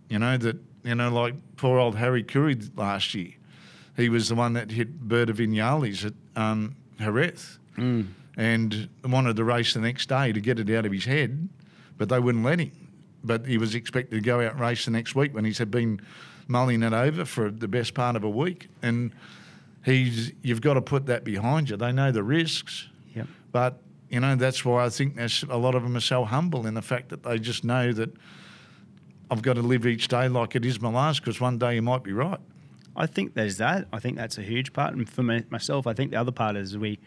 B: You know that you know like poor old Harry Curry last year. He was the one that hit Berta Vignales at um, Jerez and wanted to race the next day to get it out of his head, but they wouldn't let him. But he was expected to go out and race the next week when he's had been mulling it over for the best part of a week. And he's you've got to put that behind you. They know the risks.
A: Yep.
B: But you know that's why I think there's a lot of them are so humble in the fact that they just know that I've got to live each day like it is my last because one day you might be right.
A: I think there's that. I think that's a huge part. And for me, myself, I think the other part is we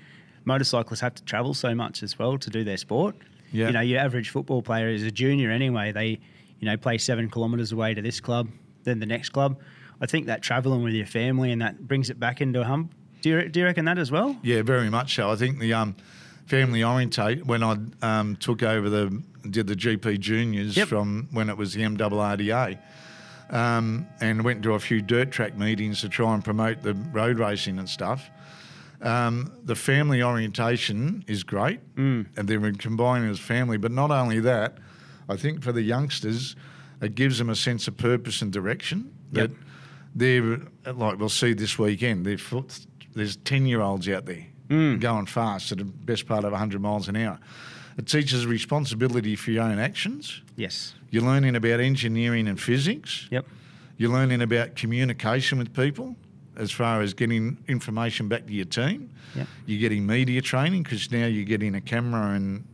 A: motorcyclists have to travel so much as well to do their sport.
B: Yeah.
A: You know, your average football player is a junior anyway. They, you know, play seven kilometres away to this club, then the next club. I think that travelling with your family and that brings it back into hum. Do you, do you reckon that as well?
B: Yeah, very much so. I think the um, family orientate when I um, took over the did the GP juniors
A: Yep.
B: from when it was the MRRDA, um, and went to a few dirt track meetings to try and promote the road racing and stuff. Um, the family orientation is great, and they're combining as family. But not only that, I think for the youngsters, it gives them a sense of purpose and direction.
A: Yep.
B: That they're like we'll see this weekend. They're foot, there's ten year olds out there going fast at the best part of hundred miles an hour. It teaches responsibility for your own actions.
A: Yes.
B: You're learning about engineering and physics.
A: Yep.
B: You're learning about communication with people as far as getting information back to your team.
A: Yep.
B: You're getting media training because now you're getting a camera and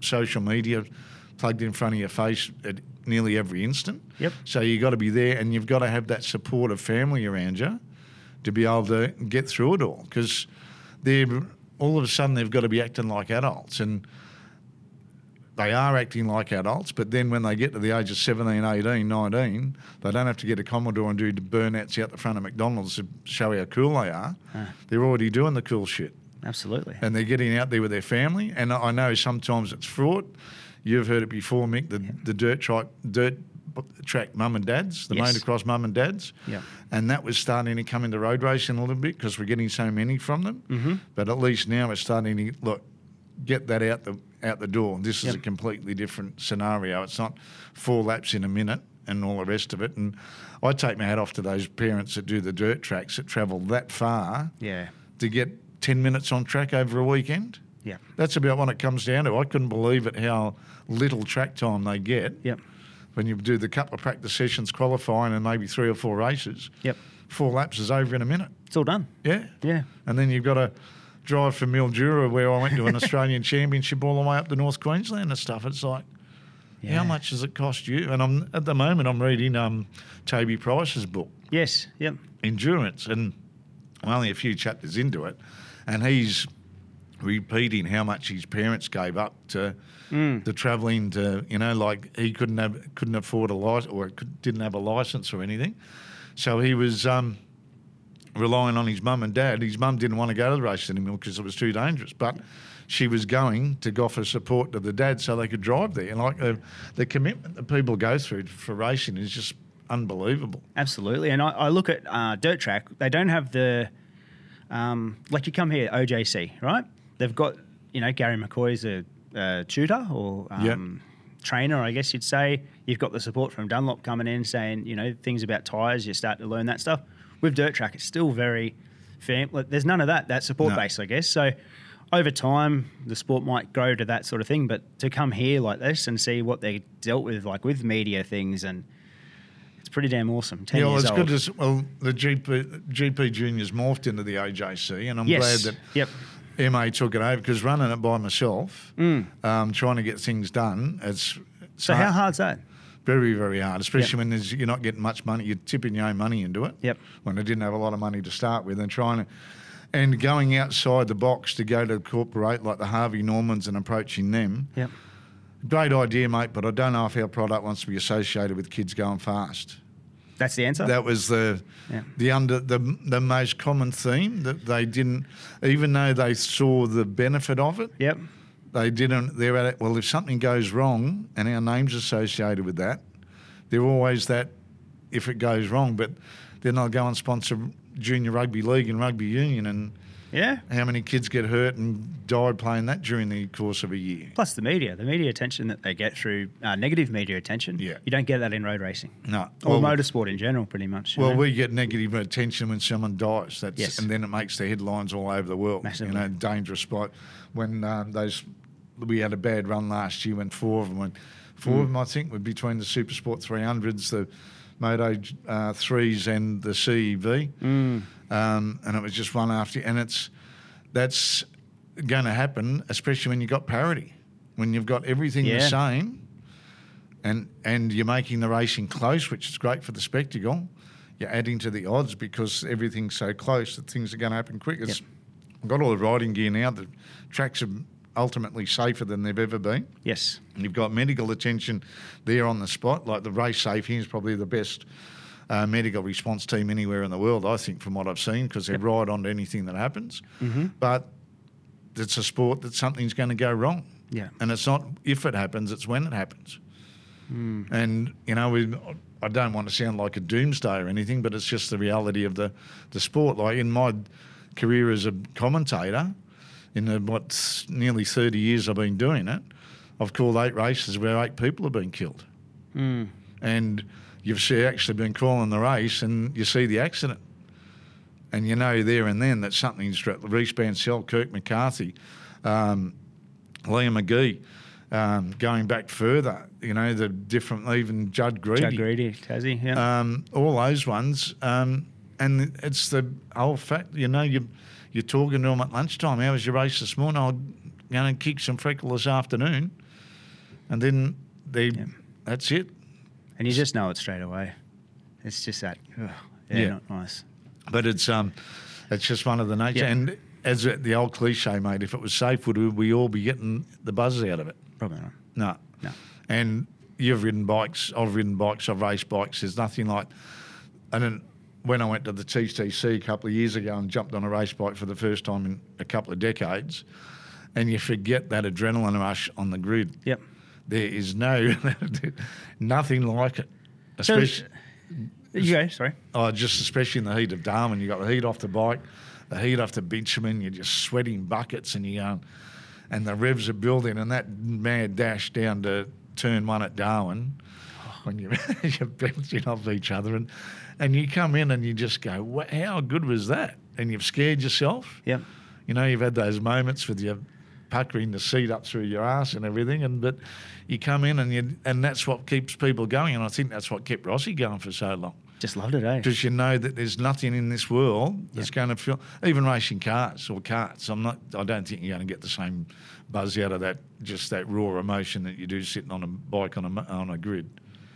B: social media plugged in front of your face at nearly every instant.
A: Yep.
B: So you've got to be there and you've got to have that support of family around you to be able to get through it all because they're all of a sudden they've got to be acting like adults and they are acting like adults, but then when they get to the age of 17, 18, 19, they don't have to get a Commodore and do the burnouts out the front of McDonald's to show how cool they are. They're already doing the cool shit
A: Absolutely.
B: and they're getting out there with their family. And I I know sometimes it's fraught. You've heard it before, Mick. The, the dirt track, dirt b- track mum and dads, the
A: Yes.
B: motocross mum and dads.
A: Yeah.
B: And that was starting to come into road racing a little bit because we're getting so many from them. Mm-hmm. But at least now it's starting to look get that out the out the door. This is
A: Yep.
B: a completely different scenario. It's not four laps in a minute and all the rest of it. And I take my hat off to those parents that do the dirt tracks that travel that far
A: Yeah.
B: to get 10 minutes on track over a weekend.
A: Yeah.
B: That's about what it comes down to. I couldn't believe it how little track time they get
A: Yep.
B: when you do the couple of practice sessions qualifying and maybe three or four races.
A: Yep.
B: Four laps is over in a minute.
A: It's all done.
B: Yeah.
A: Yeah.
B: And then you've got to drive from Mildura, where I went
A: <laughs>
B: to an Australian Championship, all the way up to North Queensland and stuff. It's like,
A: Yeah.
B: how much does it cost you? And I'm at the moment I'm reading um, Toby Price's book
A: Yes. Yep.
B: endurance. And I'm only a few chapters into it, and he's repeating how much his parents gave up to the travelling. To you know, like he couldn't have couldn't afford a license or could, didn't have a license or anything, so he was. Um, Relying on his mum and dad, his mum didn't want to go to the race anymore because it was too dangerous. But she was going to offer support to the dad so they could drive there. And like the, the commitment that people go through for racing is just unbelievable.
A: Absolutely. And I, I look at uh, dirt track. They don't have the um, like you come here OJC, right? They've got you know Gary McCoy's a, a tutor or um, trainer, I guess you'd say. You've got the support from Dunlop coming in saying you know things about tires. You start to learn that stuff. With dirt track, it's still very fam- like, There's none of that that support
B: No.
A: base, I guess. So. Over time, the sport might grow to that sort of thing, but to come here like this and see what they dealt with, like with media things, and it's pretty damn awesome. Ten
B: Yeah, well,
A: years
B: it's
A: old.
B: good as well. The GP GP Juniors morphed into the AJC, and I'm
A: yes.
B: glad
A: yep.
B: that MA took it over because running it by myself, um, trying to get things done, it's
A: Mm. So how hard's that?
B: very very hard, especially when there's, you're not getting much money. You're tipping your own money into it.
A: Yep.
B: When I didn't have a lot of money to start with, and trying to. And going outside the box to go to corporate like the Harvey Normans and approaching them.
A: Yep.
B: Great idea, mate, but I don't know if our product wants to be associated with kids going fast.
A: That's the answer.
B: That was the
A: Yeah.
B: the under the the most common theme that they didn't, even though they saw the benefit of it,
A: yep.
B: they didn't. They're at it. Well, if something goes wrong and our name's associated with that, they're always that. If it goes wrong, but then they'll go and sponsor junior rugby league and rugby union, and
A: Yeah.
B: how many kids get hurt and died playing that during the course of a year?
A: Plus the media, the media attention that they get through uh, negative media attention.
B: Yeah.
A: You don't get that in road racing
B: No,
A: or
B: Well,
A: motorsport in general, pretty much. you
B: Well,
A: know?
B: we get negative attention when someone dies. That's
A: eh? Yes.
B: and then it makes the headlines all over the world.
A: Massively.
B: You know, dangerous spot. When um, those we had a bad run last year when four of them went. Four
A: Mm.
B: of them, I think, were between the Super Sport 300s, the Moto uh, 3s, and the E CEV.
A: Mm.
B: Um, and it was just one after. And it's that's going to happen, especially when you've got parity, when you've got everything the
A: Yeah.
B: same and and you're making the racing close, which is great for the spectacle. You're adding to the odds because everything's so close that things are going to happen quick. It's I've got all the riding gear now. The tracks are ultimately safer than they've ever been.
A: yes.
B: And You've got medical attention there on the spot. Like the race safety is probably the best uh, medical response team anywhere in the world, I think, from what I've seen, because they ride on to anything that happens. But it's a sport that something's going to go wrong.
A: Yeah.
B: And it's not if it happens, it's when it happens. And, you know, we, I don't want to sound like a doomsday or anything, but it's just the reality of the, the sport. Like in my career as a commentator, in the, what, s- nearly 30 years I've been doing it, I've called eight races where eight people have been killed.
A: Mm.
B: And you've see, actually been calling the race and you see the accident. And you know there and then that something's right. Reese Bansell, Kirk McCarthy, um, Liam McGee, um, going back further, you know, the different, even Judd Greedy,
A: Joe Greedy, Tassie. Yeah.
B: Um, all those ones. Um, and it's the whole fact, you know, you, you're talking to them at lunchtime. How was your race this morning? I'm going to kick some freckle this afternoon. And then they, that's it.
A: and you just know it straight away. It's just that. ugh, yeah,
B: Yeah.
A: Not nice.
B: But it's um, it's just one of the nature.
A: Yeah.
B: And as the old cliche, mate, if it was safe, would we all be getting the buzz out of it?
A: Probably not.
B: No.
A: No.
B: And you've ridden bikes. I've ridden bikes. I've raced bikes. There's nothing like. And then when I went to the TCC a couple of years ago and jumped on a race bike for the first time in a couple of decades, and you forget that adrenaline rush on the grid.
A: Yep.
B: There is no, <laughs> nothing like it.
A: So-
B: Especially,
A: You go. Sorry.
B: oh, just especially in the heat of Darwin, you got the heat off the bike, the heat off the bitumen, you're just sweating buckets and you're going, and the revs are building, and that mad dash down to turn one at Darwin when you, <laughs> you're bouncing off each other, and, and you come in and you just go, "Wha- how good was that? And you've scared yourself.
A: Yep.
B: You know, you've had those moments with your puckering the seat up through your ass and everything, and but you come in and you, and that's what keeps people going, and I think that's what kept Rossi going for so long
A: Just loved it, eh?
B: because you know that there's nothing in this world that's going to feel even racing carts or carts. I'm not. I don't think you're going to get the same buzz out of that just that raw emotion that you do sitting on a bike on a mo- on a grid.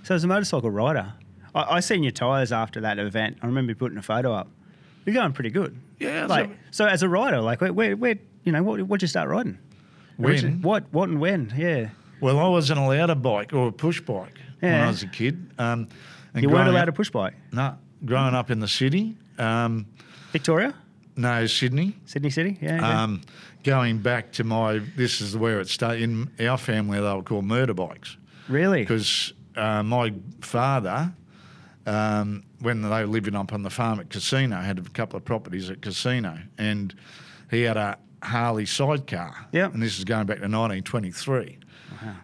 A: So as a motorcycle rider, I, I seen your tyres after that event. I remember you putting a photo up. You're going pretty good.
B: Yeah, so-
A: Like so, as a rider, like where, where, where you know, what, what'd you start riding? Origi-
B: When?
A: What, what, and when? Yeah.
B: Well, I wasn't allowed a bike or a push bike when
A: Yeah.
B: I was a kid. Um, and
A: You weren't
B: growing
A: allowed
B: up-
A: to push bike.
B: No, growing up in the city. Um,
A: Victoria,
B: no, Sydney.
A: Sydney City. Yeah. yeah.
B: Um, going back to my, this is where it started. In our family, they were called murder bikes.
A: really?
B: because uh, my father, um, when they were living up on the farm at Casino, had a couple of properties at Casino, and he had a Harley sidecar.
A: Yep.
B: and this is going back to 1923.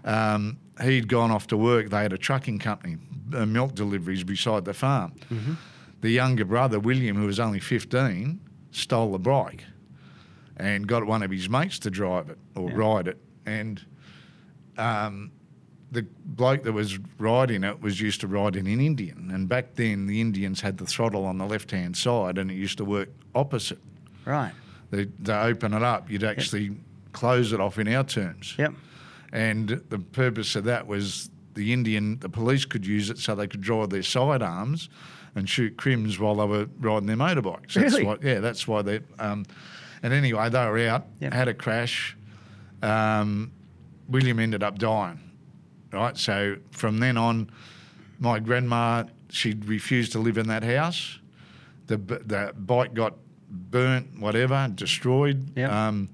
B: Um, he'd gone off to work. They had a trucking company, uh, milk deliveries beside the farm.
A: Mm-hmm.
B: The younger brother William, who was only 15, stole the bike and got one of his mates to drive it or ride it. And the bloke that was riding it was used to riding an Indian, and back then the Indians had the throttle on the left hand side, and it used to work opposite.
A: Right.
B: They they open it up, you'd actually close it off in our terms.
A: Yep.
B: And the purpose of that was the Indian, the police could use it so they could draw their sidearms and shoot crims while they were riding their motorbikes. That's
A: Really?
B: why, yeah, that's why they. Um, and anyway, they were out,
A: Yep.
B: had a crash. Um, William ended up dying. Right. So from then on, my grandma, she refused to live in that house. The, b- the bike got burnt, whatever, destroyed.
A: Yep.
B: Um,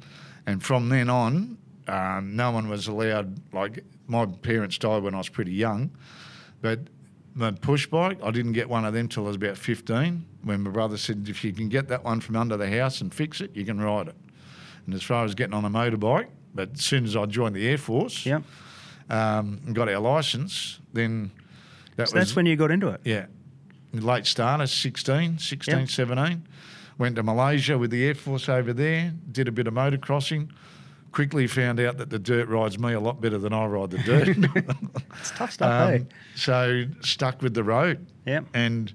B: and from then on, um, no one was allowed, like, my parents died when I was pretty young. But my push bike, I didn't get one of them till I was about 15. When my brother said, if you can get that one from under the house and fix it, you can ride it. And as far as getting on a motorbike, but as soon as I joined the Air Force
A: Yep.
B: um, and got our license, then that
A: So
B: was
A: that's when you got into it.
B: yeah. Late starter, 16, 16,
A: Yeah.
B: 17. Went to Malaysia with the Air Force over there, did a bit of motocrossing. Quickly found out that the dirt rides me a lot better than I ride the dirt.
A: <laughs> It's tough stuff, eh?
B: um, so stuck with the road.
A: Yep.
B: And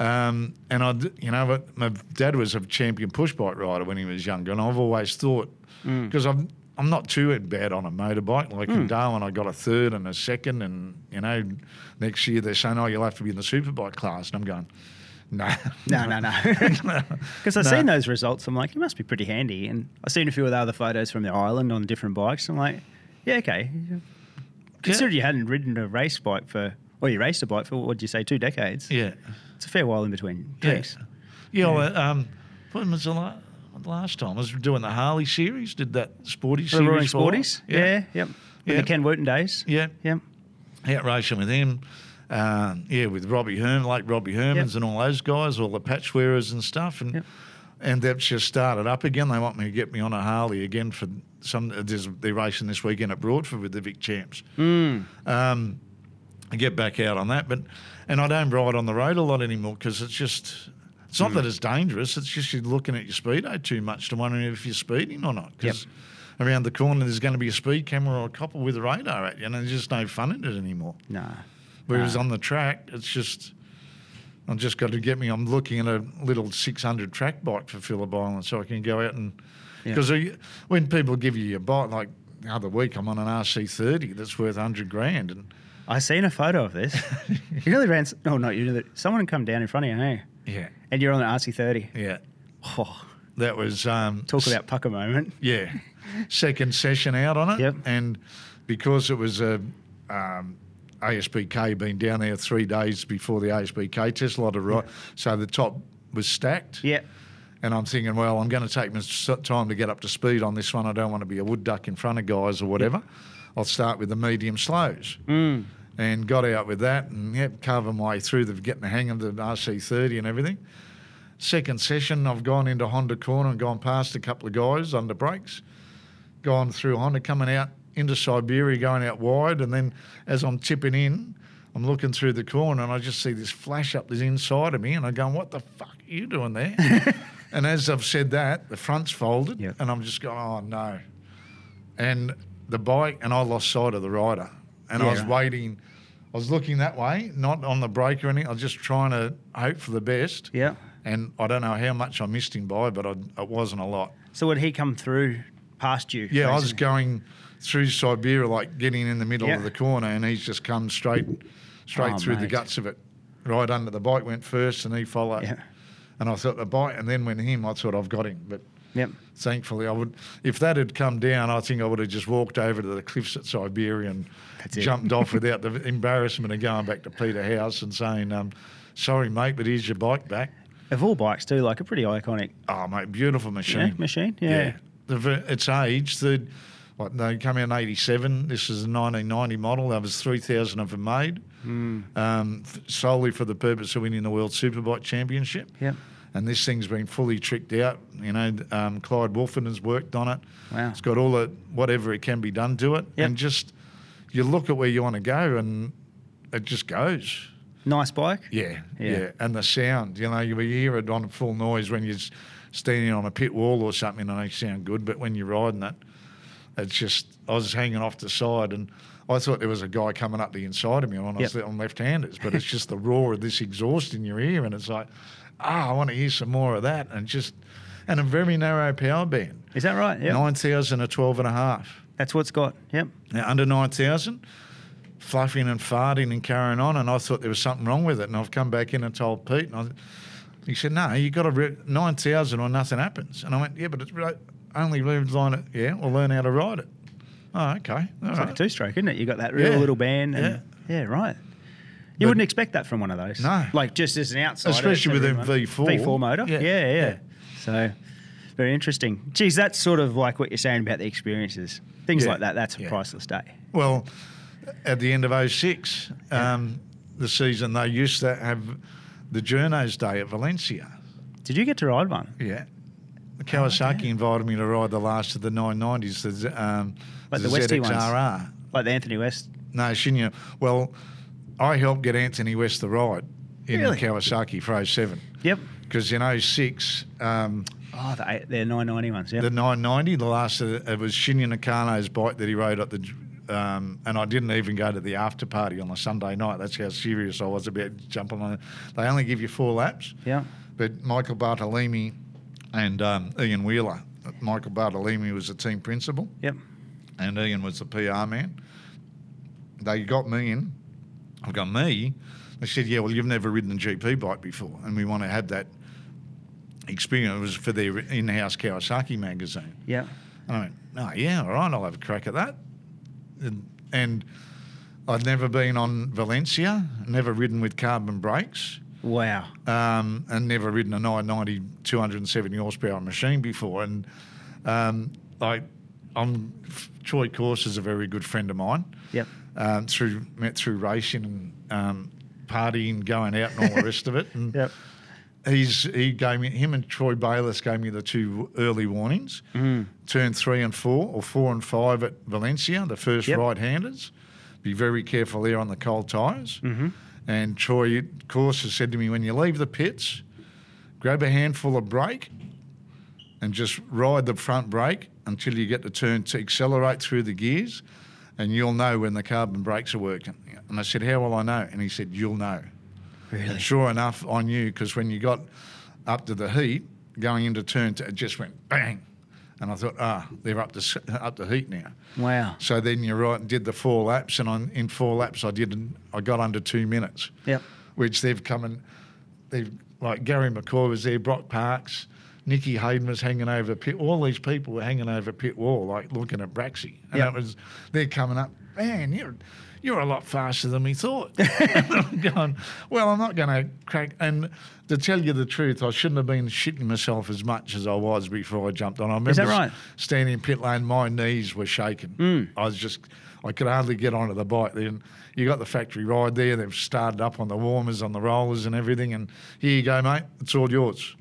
B: um, and I, d- you know, but my dad was a champion push bike rider when he was younger, and I've always thought
A: Mm.
B: because I'm I'm not too bad on a motorbike. Like in Darwin, I got a third and a second, and you know, next year they're saying, "Oh, you'll have to be in the superbike class," and I'm going, "No,
A: <laughs> No, no,
B: <laughs>
A: no. Because I've seen those results. I'm like, you must be pretty handy. And I've seen a few of the other photos from the island on different bikes. I'm like, yeah, okay. Considering you hadn't ridden a race bike for, or you raced a bike for, what would you say, two decades?
B: yeah,
A: It's a fair while in between
B: Yeah.
A: drinks.
B: yeah." well, um, when was the la- last time? I was doing the Harley series. Did that sporty
A: The
B: series?
A: Roaring
B: for a while.
A: Sporties? Yeah, yep. With
B: Yeah.
A: the Ken Wooten days?
B: yeah.
A: Yep.
B: out racing with him. Um, yeah, with Robbie Herman, like Robbie Hermans and all those guys, all the patch wearers and stuff, and
A: Yep.
B: and that's just started up again. They want me to get me on a Harley again for some. There's, they're racing this weekend at Broadford with the Vic Champs. Um, I get back out on that, but and I don't ride on the road a lot anymore because it's just. It's not that it's dangerous. It's just you're looking at your speedo too much to wondering if you're speeding or not. Because around the corner there's going to be a speed camera or a copper with a radar at you, and there's just no fun in it anymore.
A: Nah.
B: Whereas on the track, it's just I've just got to get me. I'm looking at a little 600 track bike for Phillip Island, so I can go out and
A: Yeah.
B: because when people give you your bike, like the other week, I'm on an RC30 that's worth 100 grand, and
A: I seen a photo of
B: <laughs>
A: this. you nearly ran, s- no, not you. nearly- Someone had come down in front of you, hey?
B: yeah,
A: And you're on the RC30.
B: yeah.
A: Oh,
B: That was um,
A: Talk about pucker moment.
B: yeah, second session out on it.
A: Yep.
B: And because it was a um, ASPK been down there three days before the ASPK test, a lot of right, so the top was stacked.
A: Yeah.
B: And I'm thinking, well, I'm going to take my s- time to get up to speed on this one. I don't want to be a wood duck in front of guys or whatever. I'll start with the medium slows. Mm. And got out with that and yep, carved my way through the getting the hang of the RC30 and everything. Second session, I've gone into Honda corner and gone past a couple of guys under brakes, gone through Honda, coming out into Siberia, going out wide, and then as I'm tipping in, I'm looking through the corner and I just see this flash up this inside of me, and I'm going, "What the fuck are you doing there?" and as I've said that, the front's folded,
A: Yep.
B: and I'm just going, "Oh no!" And the bike, and I lost sight of the rider, and I
A: Yeah,
B: was
A: right.
B: waiting. I was looking that way, not on the brake or anything. I was just trying to hope for the best.
A: Yeah.
B: And I don't know how much I missed him by, but I, it wasn't a lot.
A: So would he come through past you?
B: Yeah, I was
A: basically?
B: going through Siberia, like getting in the middle
A: Yeah.
B: of the corner, and he's just come straight, straight
A: Oh,
B: through the
A: mate.
B: guts of it, right under the bike went first, and he followed.
A: Yeah.
B: And I thought the bike, and then when him, I thought I've got him, but
A: Yep.
B: thankfully I would. If that had come down, I think I would have just walked over to the cliffs at Siberia and
A: That's it. <laughs>
B: jumped off without the embarrassment of going back to Peter House and saying, um, "Sorry, mate, but here's your bike back."
A: Of all bikes too, like a pretty iconic
B: Oh, mate, beautiful machine.
A: yeah, machine. Yeah.
B: The, ver- its age, the, what, they come out in 87. This is a 1990 model. That was 3,000 of them made
A: Hmm.
B: um, f- solely for the purpose of winning the World Superbike Championship.
A: Yep.
B: And this thing's been fully tricked out. You know, um, Clyde Wolfen has worked on it.
A: Wow.
B: It's got all the whatever it can be done to it.
A: Yep.
B: And just you look at where you want to go and it just goes.
A: Nice bike.
B: Yeah,
A: Yeah.
B: yeah, And the sound, you know, you hear it on full noise when you're standing on a pit wall or something and they sound good, but when you're riding it, it's just, I was hanging off the side and I thought there was a guy coming up the inside of me and I was
A: Yep.
B: on left-handers, but it's just the roar of this exhaust in your ear and it's like, ah, I want to hear some more of that and just, and a very narrow power band,
A: Is that right? Yeah.
B: 9,000 or 12 and a half.
A: That's what it's got. Yep.
B: Now, under 9,000, fluffing and farting and carrying on. And I thought there was something wrong with it. And I've come back in and told Pete. And I, he said, No, you got to re- 9,000 or nothing happens. And I went, Yeah, but it's ro- only learns on it. Yeah, we'll learn how to ride it. Oh, okay. all
A: It's
B: right."
A: like a two stroke, isn't it? You got that real
B: Yeah.
A: little band. And, yeah. right. You
B: But-
A: wouldn't expect that from one of those.
B: No.
A: Like just as an outsider.
B: Especially
A: it's
B: with a
A: everyone-
B: V4.
A: V4 motor. Yeah.
B: Yeah.
A: Yeah.
B: Yeah.
A: So very interesting. Geez, that's sort of like what you're saying about the experiences. Things
B: Yeah.
A: like that. That's a
B: Yeah.
A: priceless day.
B: Well, at the end of 06, um, the season, they used to have the Journos Day at Valencia.
A: Did you get to ride one?
B: Yeah.
A: Oh,
B: Kawasaki invited me to ride the last of the 990s, the, Z- um,
A: Like
B: the,
A: the Westie ones?
B: ZXRR.
A: Like the Anthony West.
B: No, Shinya. Well, I helped get Anthony West the ride in
A: Really?
B: Kawasaki for 07
A: Yep.
B: because in 06, um,
A: Oh, the, eight- the 990 ones. Yeah.
B: the 990, the last of the, it was Shinya Nakano's bike that he rode at the. Um, and I didn't even go to the after party on a Sunday night. That's how serious I was about jumping on it. They only give you four laps.
A: yeah.
B: But Michael Bartolini and um, Ian Wheeler. Michael Bartolini was the team principal,
A: Yep.
B: and Ian was the PR man. They got me in. I've got me. They said, "Yeah, well, you've never ridden a GP bike before, and we want to have that experience." It was for their in-house Kawasaki magazine.
A: Yeah.
B: And I went, "Oh yeah, all right, I'll have a crack at that." And, and I'd never been on Valencia, never ridden with carbon brakes
A: Wow.
B: um, and never ridden a 990 270 horsepower machine before. And um, I, I'm Troy Course is a very good friend of mine.
A: Yep.
B: Um, through met through racing and um, partying, going out, and all the rest of it.
A: <laughs>
B: And
A: Yep.
B: he's he gave me him and Troy Bayless gave me the two early warnings, turn three and four or four and five at Valencia, the first
A: Yep.
B: right-handers. Be very careful there on the cold tires. Mm-hmm. And Troy of course has said to me, when you leave the pits, grab a handful of brake and just ride the front brake until you get the turn to accelerate through the gears, and you'll know when the carbon brakes are working. And I said, how will I know? And he said, you'll know.
A: Really?
B: And sure enough, I knew because when you got up to the heat, going into turn, t- it just went bang, and I thought, ah, they're up to s- up to heat now.
A: Wow.
B: So then you're right, and did the four laps, and on, in four laps I did, I got under two minutes.
A: Yep.
B: Which they've come and they've like Gary McCoy was there, Brock Parks, Nicky Hayden was hanging over pit. All these people were hanging over pit wall, like looking at Braxy, and
A: Yep.
B: it was they're coming up. Man, you're you're a lot faster than
A: <laughs>
B: we thought. And I'm going, well, I'm not going to crack. And to tell you the truth, I shouldn't have been shitting myself as much as I was before I jumped on. I remember
A: Is that
B: s-
A: right? Mm.
B: standing in pit lane, my knees were shaking. I was just, I could hardly get onto the bike. Then you got the factory ride there. They've started up on the warmers, on the rollers, and everything. And here you go, mate. It's all yours.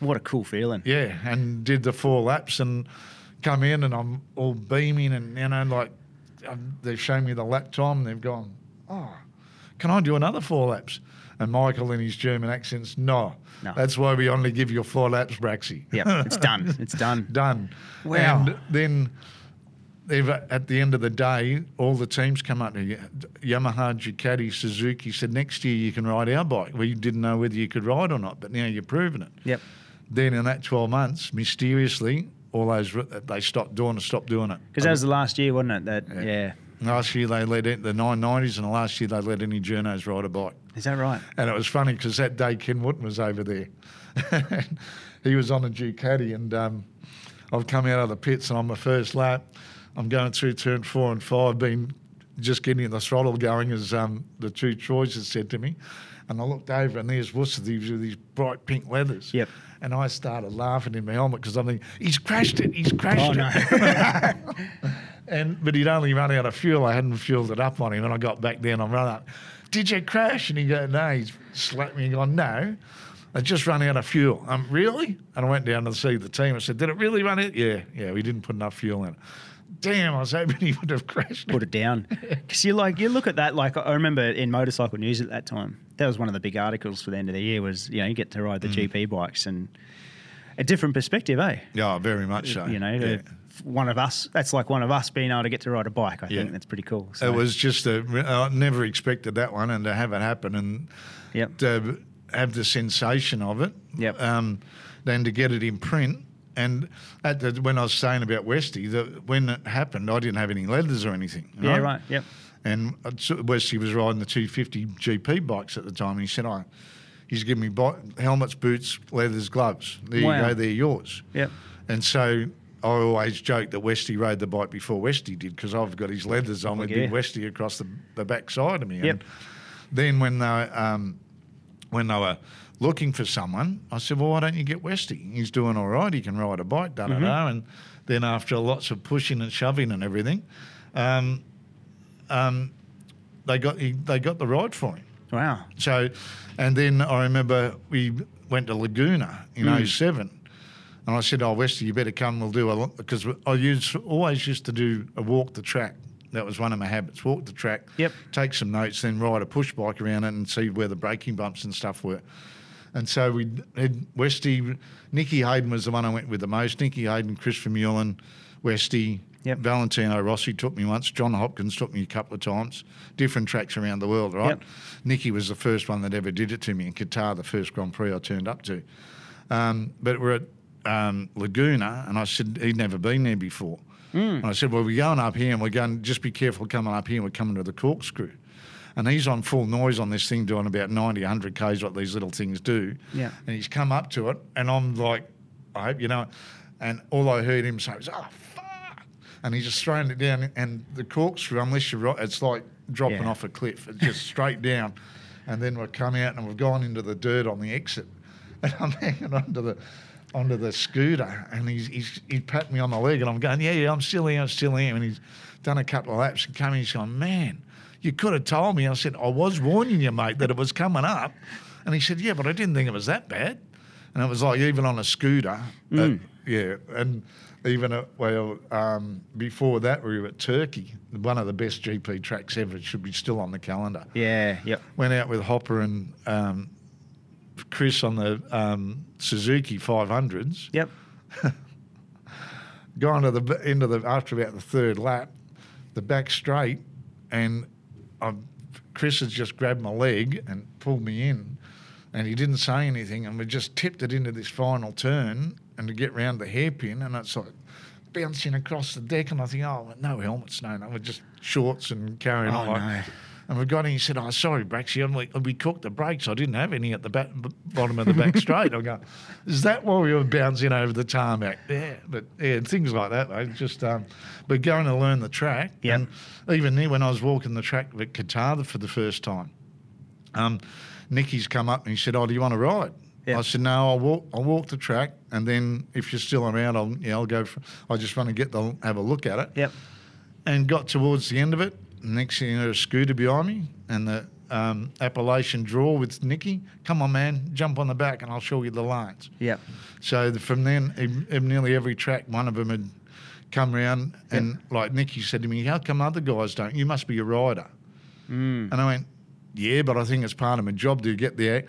A: What a cool feeling.
B: Yeah, and did the four laps and come in, and I'm all beaming, and you know, like um, they've shown me the lap time, and they've gone, oh, can I do another four laps? And Michael in his German accents, no,
A: No.
B: that's why we only give you four laps, Braxy. <laughs>
A: Yep, it's done. It's done.
B: done.
A: Wow.
B: And then they've at the end of the day, all the teams come up to you, Yamaha, Ducati, Suzuki said next year you can ride our bike. We didn't know whether you could ride or not, but now you're proving it.
A: Yep.
B: Then in that 12 months, mysteriously, all those they stopped doing it, stopped doing it.
A: Because that was the last year, wasn't it? That yeah.
B: last year they let in the 990s, and last year they let any journos ride a bike.
A: Is that right?
B: And it was funny because that day Ken Wooden was over there. <laughs> he was on a Ducati, and um, I've come out of the pits, and on my first lap, I'm going through turn four and five, been just getting the throttle going, as um, the two Troys had said to me. And I looked over, and there's Worcester with these bright pink leathers.
A: Yep.
B: And I started laughing in my helmet because I'm thinking, he's crashed it, he's crashed
A: Oh,
B: it.
A: no.
B: <laughs> And but he'd only run out of fuel. I hadn't fueled it up on him, and I got back there and I run up. Did you crash? And he go, no. He's slapped me and gone, no. I just run out of fuel. Um, really? And I went down to see the team. I said, did it really run out? Yeah, yeah. We didn't put enough fuel in it. Damn, I was hoping he would have crashed.
A: Put
B: It.
A: it
B: <laughs>
A: down. Because you like you look at that. Like I remember in motorcycle news at that time, that was one of the big articles for the end of the year. Was you know you get to ride the
B: Mm.
A: GP bikes and a different perspective, eh?
B: Yeah, very much so.
A: You know,
B: Oh, Yeah.
A: the- one of us. That's like one of us being able to get to ride a bike. I think
B: Yeah.
A: that's pretty cool.
B: It
A: So,
B: was just a, I never expected that one, and to have it happen and
A: Yep.
B: to have the sensation of it,
A: Yep.
B: um, then to get it in print. And at the, when I was saying about Westy, that when it happened, I didn't have any leathers or anything.
A: yeah, right. Yep.
B: And I saw- Westy was riding the 250 GP bikes at the time, and he said, "I." He's giving me bi- helmets, boots, leathers, gloves. There
A: Wow.
B: you go, they're yours.
A: Yep.
B: And so I always joke that Westy rode the bike before Westy did because I've got his leathers on with
A: yeah.
B: Big Westy across the, the back side of me.
A: Yep.
B: And then when they, um, when they were looking for someone, I said, well, why don't you get Westy? He's doing all right. He can ride a bike, da da da.
A: Mm-hmm.
B: And then after lots of pushing and shoving and everything, um, um, they got he, they got the ride for him.
A: Wow.
B: So, and then I remember we went to Laguna in
A: Mm.
B: 07. And I said, Oh, Westy, you better come. We'll do a lot. Because I used, always used to do a walk the track. That was one of my habits walk the track,
A: Yep.
B: take some notes, then ride a push bike around it and see where the braking bumps and stuff were. And so we had Westy, Nicky Hayden was the one I went with the most. Nicky Hayden, Christopher Mullen, Westy,
A: Yep.
B: Valentino Rossi took me once. John Hopkins took me a couple of times. Different tracks around the world, right?
A: Yep.
B: Nicky was the first one that ever did it to me in Qatar, the first Grand Prix I turned up to. Um, but we're at um, Laguna, and I said he'd never been there before. And I said, "Well, we're going up here, and we're going. Just be careful coming up here. and We're coming to the corkscrew." And he's on full noise on this thing, doing about 90, 100 k's, what these little things do.
A: Yeah.
B: And he's come up to it, and I'm like, "I hope you know." it." And all I heard him say was, "Oh fuck!" And he's just throwing it down, and the corkscrew, unless you're right, it's like dropping
A: Yeah.
B: off a cliff. <laughs> It's just straight down. And then we've come out and we've gone into the dirt on the exit. <laughs> And I'm hanging onto the onto the scooter and he's he's he pat me on the leg and I'm going, Yeah, yeah, I'm still here, I'm still here. And he's done a couple of laps and come in, he's gone, Man, you could have told me. I said, I was warning you, mate, that it was coming up. And he said, Yeah, but I didn't think it was that bad. And it was like even on a scooter. uh, yeah. And even at, well, um, before that, we were at Turkey, one of the best GP tracks ever. It should be still on the calendar.
A: Yeah. Yep.
B: Went out with Hopper and um, Chris on the um, Suzuki 500s
A: Yep.
B: gone to the b- end of the after about the third lap, the back straight, and I, Chris has just grabbed my leg and pulled me in, and he didn't say anything, and we just tipped it into this final turn and to get round the hairpin, and it's like bouncing across the deck, and I think, oh no helmets, no, no, we're just shorts and carrying
A: Oh,
B: on. like-
A: no.
B: And we got in, he said, Oh, sorry, Braxy. And we, and we cooked the brakes. I didn't have any at the back, b- bottom of the back straight. I go, Is that why we were bouncing over the tarmac? Yeah, but yeah, things like that, though. Just, um, but going to learn the track.
A: Yep.
B: And even there, when I was walking the track at Qatar for the first time, um, Nicky's come up and he said, "Oh, do you want to ride?"
A: Yeah.
B: I said, "No, I'll walk. I'll walk the track, and then if you're still around, I'll yeah, I'll go. For, I just want to get the have a look at it."
A: Yep.
B: And got towards the end of it. Next thing, you know, a scooter behind me, and the um, Appalachian draw with Nicky. Come on, man, jump on the back, and I'll show you the lines.
A: Yep.
B: So the, from then, in, in nearly every track, one of them had come round, and like Nicky said to me, "How come other guys don't? You must be a rider." Mm. And I went, "Yeah, but I think it's part of my job to get there.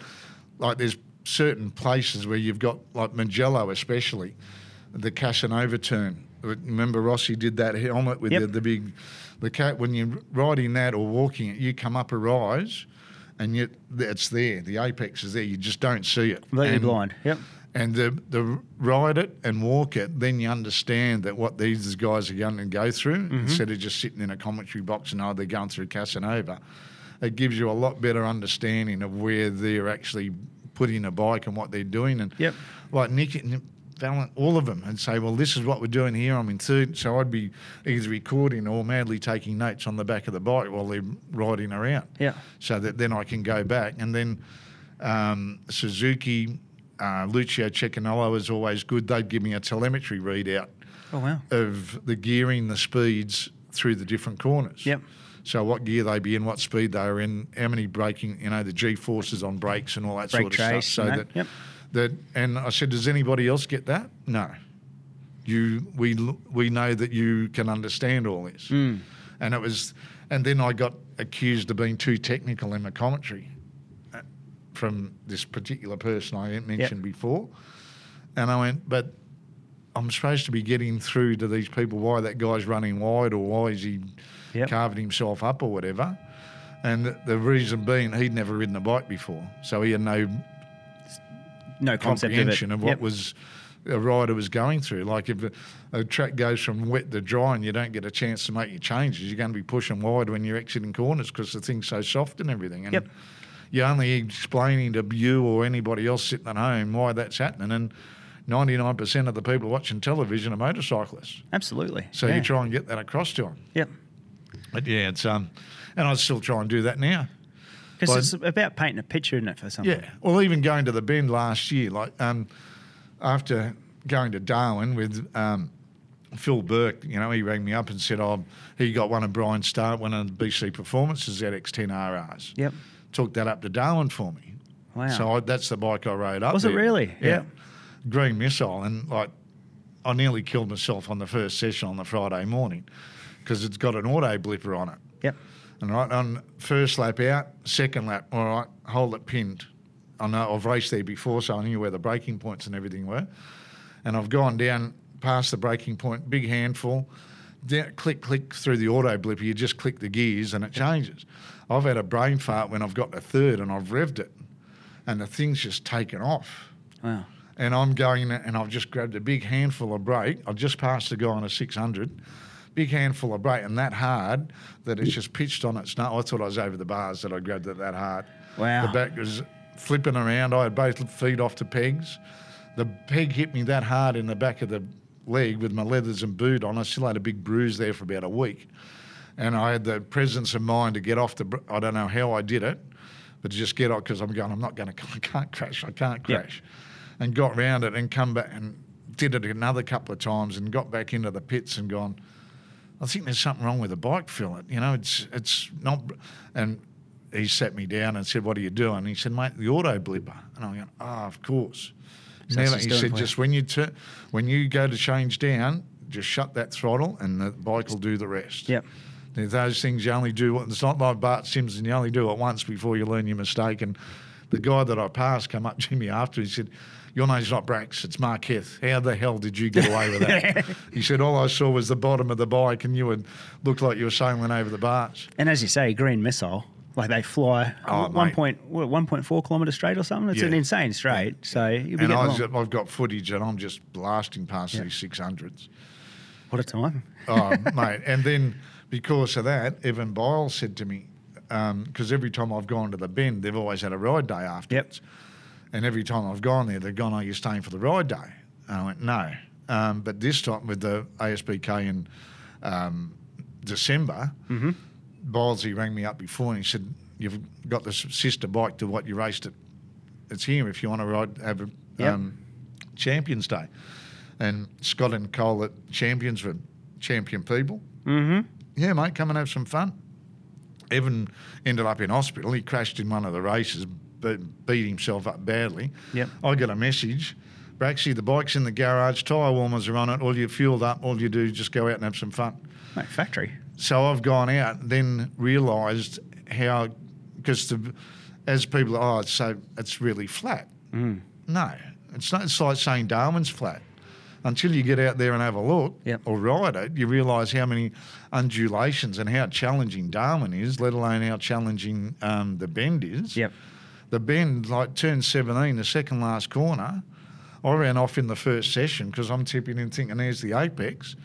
B: Like there's certain places where you've got like Magello, especially the Casanova turn. Remember Rossi did that helmet with
A: Yep.
B: the, the big the cat when you're riding that or walking it, you come up a rise." And yet, it's there. The apex is there. You just don't see it.
A: Completely
B: And-
A: blind. Yep.
B: and the, the ride it and walk it, then you understand that what these guys are going to go through instead of just sitting in a commentary box and oh they're going through Casanova. It gives you a lot better understanding of where they're actually putting a bike and what they're doing. And
A: Yep.
B: like Nick and Valen, all of them, and say, well, this is what we're doing here. I'm in third, so I'd be either recording or madly taking notes on the back of the bike while they're riding around
A: Yep.
B: so that then I can go back. And then um, Suzuki, uh, Lucio Cecchinello is always good. They'd give me a telemetry readout
A: Oh wow.
B: of the gearing, the speeds through the different corners.
A: Yep.
B: So what gear they be in, what speed they are in, how many braking, you know, the G forces on brakes and all that
A: Brake
B: sort of
A: trace
B: stuff. So
A: and that,
B: that,
A: yep.
B: that, and I said, does anybody else get that? No. You, we, l- we know that you can understand all this.
A: Hmm.
B: And it was, and then I got accused of being too technical in my commentary uh, from this particular person I mentioned before. And I went, but I'm supposed to be getting through to these people why that guy's running wide or why is he
A: Yep.
B: carving himself up or whatever. And the- the reason being, he'd never ridden a bike before, so he had no
A: No concept of it.
B: comprehension of, what
A: Yep.
B: was a rider was going through. Like if a, a track goes from wet to dry and you don't get a chance to make your changes, you're going to be pushing wide when you're exiting corners because the thing's so soft and everything. And
A: Yep.
B: you're only explaining to you or anybody else sitting at home why that's happening. And 99% of the people watching television are motorcyclists.
A: absolutely.
B: So
A: yeah.
B: you try and get that across to them.
A: Yep.
B: But yeah, it's um, and I still try and do that now. Well,
A: Because it's about painting a picture, isn't it, for something?
B: Yeah. Well, even going to the Bend last year, like um, after going to Darwin with um, Phil Burke, you know, he rang me up and said, "Oh, he got one of Brian Stark, one of the BC Performances ZX10 RRs."
A: Yep.
B: Took that up to Darwin for me.
A: Wow.
B: So I, that's the bike I rode up.
A: Was it
B: there.
A: really?
B: Yeah.
A: Yeah.
B: Green missile, and like, I nearly killed myself on the first session on the Friday morning because it's got an auto blipper on it.
A: Yep.
B: All right, on first lap out, second lap, all right, hold it pinned. I know I've raced there before, so I knew where the breaking points and everything were. And I've gone down past the breaking point, big handful, down, click, click through the auto blipper. You just click the gears and it changes. I've had a brain fart when I've got the third and I've revved it, and the thing's just taken off
A: Wow.
B: and I'm going and I've just grabbed a big handful of brake. I've just passed a guy on a 600, big handful of brake, and that hard that it's just pitched on its nut. I thought I was over the bars that I grabbed it that hard.
A: Wow.
B: The back was flipping around. I had both feet off to pegs. The peg hit me that hard in the back of the leg with my leathers and boot on. I still had a big bruise there for about a week. And I had the presence of mind to get off the. br- I don't know how I did it, but to just get off because I'm going. I'm not going to. <laughs> I can't crash. I can't
A: Yeah.
B: crash and got round it and come back and did it another couple of times and got back into the pits and gone. I think there's something wrong with the bike, Phil. You know, it's it's not. And he sat me down and said, "What are you doing?" And he said, "Mate, the auto blipper." And I went, "Ah, of course."
A: that's
B: Never.
A: the
B: He
A: stern
B: said,
A: plate.
B: "Just when you turn, when you go to change down, just shut that throttle and the bike will do the rest."
A: Yep.
B: Now, Those things you only do. It's not like Bart Simpson. You only do it once before you learn your mistake. And the guy that I passed come up to me after. He said, "Your name's not Brax. It's Marqueth. How the hell did you get away with that?" he said, "All I saw was the bottom of the bike, and you would looked like you were sailing over the bars."
A: And as you say, green missile, like they fly
B: Oh,
A: one
B: mate.
A: point what, one point four kilometer straight or something. It's
B: Yeah.
A: an insane straight. So you'll be
B: And
A: getting
B: I
A: along.
B: was, I've got footage, and I'm just blasting past these six hundreds.
A: What a time!
B: Oh, mate. And then because of that, Evan Bile said to me, because every time I've gone to the bend, they've always had a ride day afterwards. And every time I've gone there, they've gone, "Are you staying for the ride day?" And I went, "No." Um, but this time with the ASBK in um, December, mm Bilesy rang me up before and he said, "You've got this sister bike to what you raced at. It's here if you want to ride have a
A: Yep.
B: um, Champions Day." And Scott and Cole at Champions were champion people
A: Mm-hmm.
B: yeah, mate, come and have some fun. Evan ended up in hospital. He crashed in one of the races, but beat himself up badly.
A: Yep.
B: I got a message. Braxy, the bike's in the garage, tyre warmers are on it, all you're fueled up, all you do is just go out and have some fun.
A: Mate, factory.
B: So I've gone out, then realised how, because the, as people, oh, it's so it's really flat. No, it's not. It's like saying Darwin's flat. Until you get out there and have a look
A: Yep.
B: or ride it, you realise how many undulations and how challenging Darwin is, let alone how challenging um, the bend is.
A: Yep.
B: The bend, like turn 17, the second last corner, I ran off in the first session because I'm tipping in thinking there's the apex.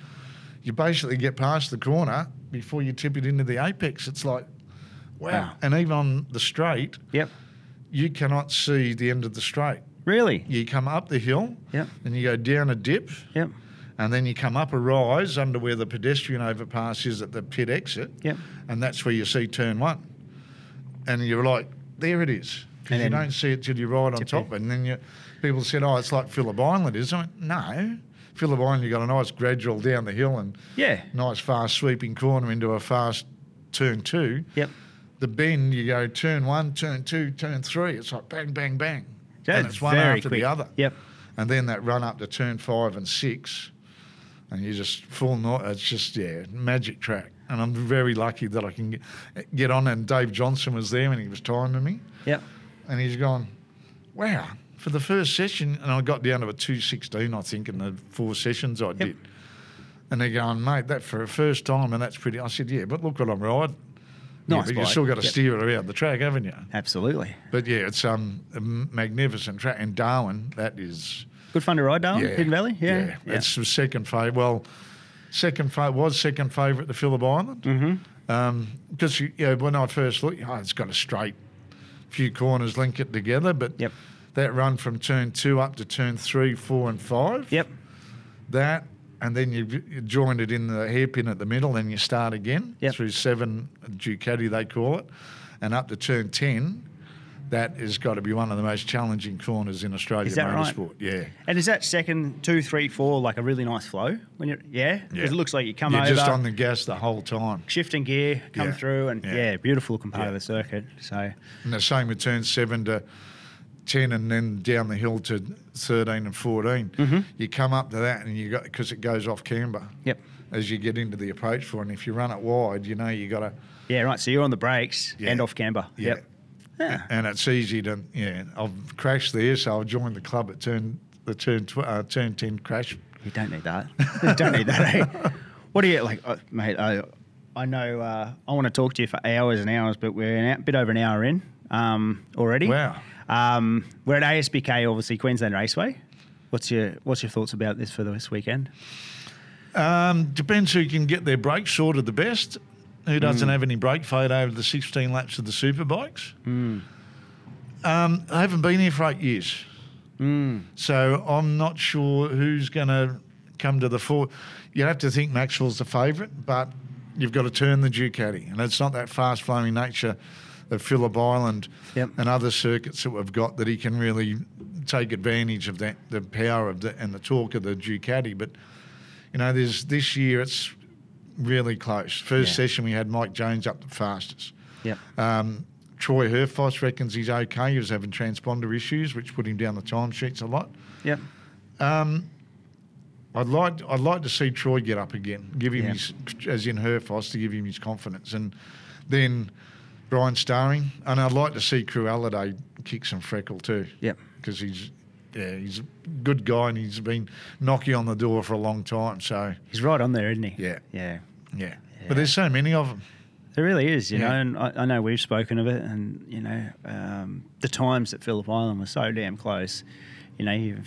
B: You basically get past the corner before you tip it into the apex. It's like, wow.
A: Wow.
B: And even on the straight,
A: Yep.
B: you cannot see the end of the straight.
A: Really?
B: You come up the hill,
A: Yep.
B: then you go down a dip,
A: Yep.
B: and then you come up a rise under where the pedestrian overpass is at the pit exit.
A: Yep.
B: And that's where you see turn one. And you're like, there it is.
A: And
B: Because you
A: then-
B: don't see it till you ride on
A: Tip
B: top. And then you, people said, oh, it's like Phillip Island, isn't it? No. Phillip Island, you've got a nice gradual down the hill and
A: Yeah.
B: nice fast sweeping corner into a fast turn two.
A: Yep.
B: The bend, you go turn one, turn two, turn three. It's like bang, bang, bang. and
A: That's
B: it's one
A: very
B: after
A: quick.
B: the other.
A: Yep.
B: And then that run up to turn five and six, and you just full night. It's just yeah, magic track. And I'm very lucky that I can get, get on. And Dave Johnson was there when he was timing me,
A: Yep.
B: and he's gone, wow. For the first session, and I got down to a two sixteen, I think, in the four sessions I did. And they're going, mate, that for a first time, and that's pretty. I said, yeah, but look what I'm riding. yeah,
A: Nice
B: but you
A: bike.
B: still got to
A: Yep.
B: steer it around the track, haven't you?
A: Absolutely.
B: But yeah, it's um, a magnificent track. And Darwin, that is
A: Good fun to ride down Oh, Hidden Valley. Yeah. yeah.
B: It's the second favourite. Well, second fa- was second favourite to Phillip Island. Mm-hmm. because you, you know, when I first looked, oh, it's got a straight few corners link it together, but
A: Yep.
B: that run from turn two up to turn three, four, and five.
A: Yep.
B: That. And then you, you joined it in the hairpin at the middle, and you start again
A: Yep.
B: through seven Ducati, they call it, and up to turn 10. That has got to be one of the most challenging corners in Australian
A: that right?
B: motorsport. Yeah.
A: And is that second two, three, four like a really nice flow when you're yeah? Because
B: Yeah.
A: it looks like you come
B: You're
A: over,
B: just on the gas the whole time.
A: shifting gear, come
B: Yeah.
A: through, and yeah,
B: Yeah.
A: beautiful looking part of
B: Yeah.
A: the circuit. So
B: And the same with turn seven to 10 and then down the hill to 13 and 14.
A: Mm-hmm.
B: You come up to that and you got, because it goes off camber
A: yep,
B: as you get into the approach for it. And if you run it wide, you know
A: <coughs>
B: you got to,
A: yeah, right. So you're on the brakes
B: Yeah.
A: and off camber.
B: yeah.
A: Yep. Ah, Yeah.
B: And it's easy to, yeah. I've crashed there, so I've joined the club at turn, the turn, tw- uh, turn 10 crash.
A: You don't need that. <laughs> you don't need that. Eh? <laughs> What do you like, uh, mate? I, I know uh, I want to talk to you for hours and hours, but we're a bit over an hour in um, already.
B: Wow.
A: Um, we're at ASBK, obviously Queensland Raceway. What's your What's your thoughts about this for this weekend?
B: Um, depends who can get their brakes sorted the best. Who doesn't have any brake fade over the 16 laps of the superbikes? Um, I haven't been here for eight years. So I'm not sure who's going to come to the fore. You have to think Maxwell's the favourite, but you've got to turn the Ducati. And it's not that fast flowing nature of Phillip Island
A: Yep.
B: and other circuits that we've got that he can really take advantage of that, the power of the, and the torque of the Ducati. But, you know, there's this year it's really close. First
A: Yeah.
B: session we had Mike Jones up the fastest.
A: Yep.
B: Um, Troy Herfoss reckons he's okay. He was having transponder issues, which put him down the timesheets a lot.
A: Yep.
B: I'd like I'd like to see Troy get up again, give him
A: Yeah.
B: his as in Herfoss to give him his confidence, and then Brian Starring, and I'd like to see Crueliday kick some freckle too.
A: Yep.
B: because he's yeah he's a good guy and he's been knocking on the door for a long time. So
A: He's right on there, isn't he?
B: Yeah.
A: Yeah.
B: yeah, but there's so many of them.
A: There really is, you
B: Yeah.
A: know, and I, I know we've spoken of it, and you know, um, the times that Phillip Island was so damn close. You know, you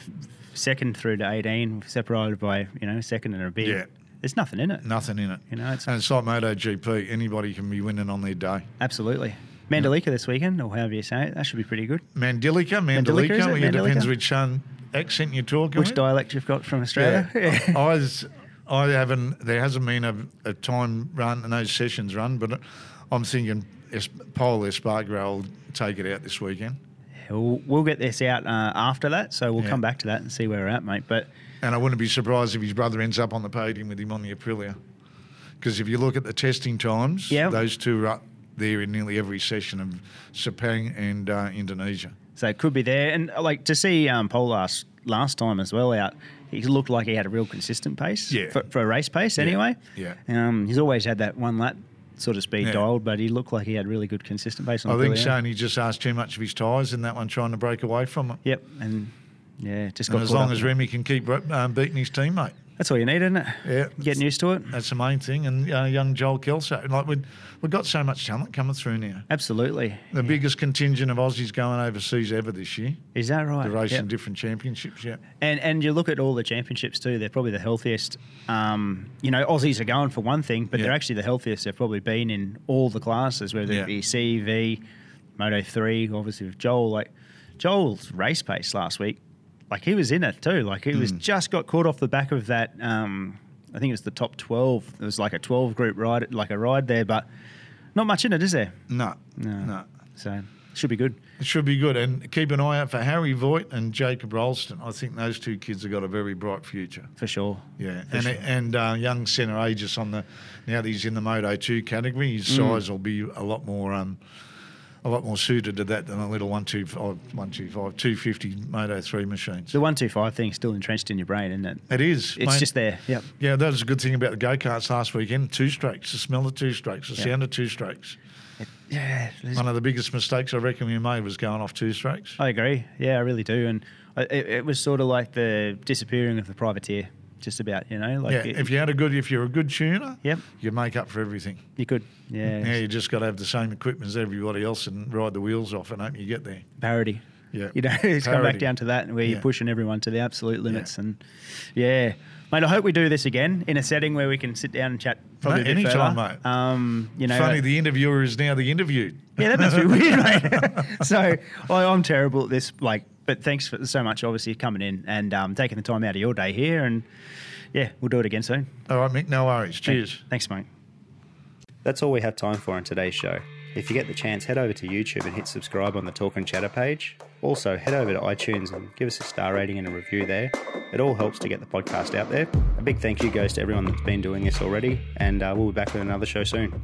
A: second through to eighteen, separated by you know second and a bit.
B: Yeah. Mm.
A: there's nothing in it.
B: Nothing in it.
A: You know, it's-
B: and it's like MotoGP. Anybody can be winning on their day.
A: Absolutely.
B: Mm.
A: Mandalika this weekend, or however you say it, that should be pretty good.
B: Mandilika,
A: Mandilika,
B: Mandalika.
A: is it?
B: Well, it depends
A: Mandilika?
B: which um, accent you're talking.
A: Which
B: with.
A: dialect you've got from Australia?
B: I I was, I haven't. There hasn't been a, a time run and those sessions run, but I'm thinking es- Paul Espargaro will take it out this weekend,
A: <laughs> We'll, we'll get this out uh, after that, so we'll
B: Yeah.
A: come back to that and see where we're at, mate. But
B: and I wouldn't be surprised if his brother ends up on the podium with him on the Aprilia, because if you look at the testing times,
A: Yeah.
B: those two are up there in nearly every session of Sepang and uh, Indonesia.
A: so it could be there, and uh, like to see um, Paul last last time as well out. He looked like he had a real consistent pace
B: Yeah.
A: for, for a race pace, anyway.
B: Yeah.
A: Um, he's always had that one lap sort of speed
B: Yeah.
A: dialed, but he looked like he had really good consistent pace. On
B: I
A: the
B: think
A: Aprilia.
B: Shane just asked too much of his tyres in that one, trying to break away from it.
A: Yep, and yeah, just got
B: And as
A: caught
B: long
A: up.
B: as Remy can keep um, beating his teammate.
A: that's all you need, isn't it?
B: Yeah.
A: Getting used to it.
B: That's the main thing. And uh, young Joel Kelso, like we we've got so much talent coming through now.
A: Absolutely.
B: The biggest contingent of Aussies going overseas ever this year.
A: Is that right?
B: The race
A: Yep.
B: in different championships. Yeah,
A: And and you look at all the championships too; they're probably the healthiest. Um, you know, Aussies are going for one thing, but
B: Yeah.
A: they're actually the healthiest they've probably been in all the classes, whether
B: Yeah.
A: it be CV, Moto three, obviously with Joel. Like Joel's race pace last week, like he was in it too. Like he
B: Hmm.
A: was just got caught off the back of that. Um, I think it was the top twelve. It was like a twelve group ride, like a ride there, but not much in it, is there?
B: no,
A: No.
B: no,
A: So should be good.
B: It should be good. And keep an eye out for Harry Voigt and Jacob Ralston. I think those two kids have got a very bright future.
A: For sure.
B: Yeah,
A: For
B: and
A: sure.
B: and uh, young centre Aegis on the now that he's in the Moto two category,
A: Mm.
B: his size will be a lot more um, a lot more suited to that than a little one two five one two five two fifty Moto three machines.
A: The one two five thing's still entrenched in your brain, isn't it?
B: It is.
A: It's
B: mate.
A: just there. Yep.
B: Yeah, that was a good thing about the go karts last weekend. Two strokes, the smell of two strokes, the sound of two strokes.
A: Yeah, there's-
B: One of the biggest mistakes I reckon we made was going off two strokes.
A: I agree. Yeah, I really do. And I- it, it was sort of like the disappearing of the privateer, just about. You know, like
B: yeah,
A: it-
B: if you had a good, if you're a good tuner,
A: Yep.
B: you make up for everything.
A: you could, yeah,
B: Yeah, you just got to have the same equipment as everybody else and ride the wheels off and hope you get there.
A: parody.
B: Yeah,
A: You know, <laughs> it's come back
B: Parody.
A: down to that, and where you're
B: Yeah.
A: pushing everyone to the absolute limits, and yeah, mate. I hope we do this again in a setting where we can sit down and chat. Probably a bit
B: anytime,
A: further.
B: mate.
A: Um, you know,
B: Funny, the interviewer is now the interviewed.
A: Yeah,
B: <laughs>
A: that must be weird, mate. <laughs> so well, I'm terrible at this. Like, but thanks for so much, obviously, coming in and um, taking the time out of your day here. And yeah, we'll do it again soon.
B: All right, Mick, Oh, no worries. Cheers.
A: Thanks, mate.
C: That's all we have time for in today's show. If you get the chance, head over to YouTube and hit subscribe on the Talk and Chatter page. Also, head over to iTunes and give us a star rating and a review there. It all helps to get the podcast out there. A big thank you goes to everyone that's been doing this already, and uh, we'll be back with another show soon.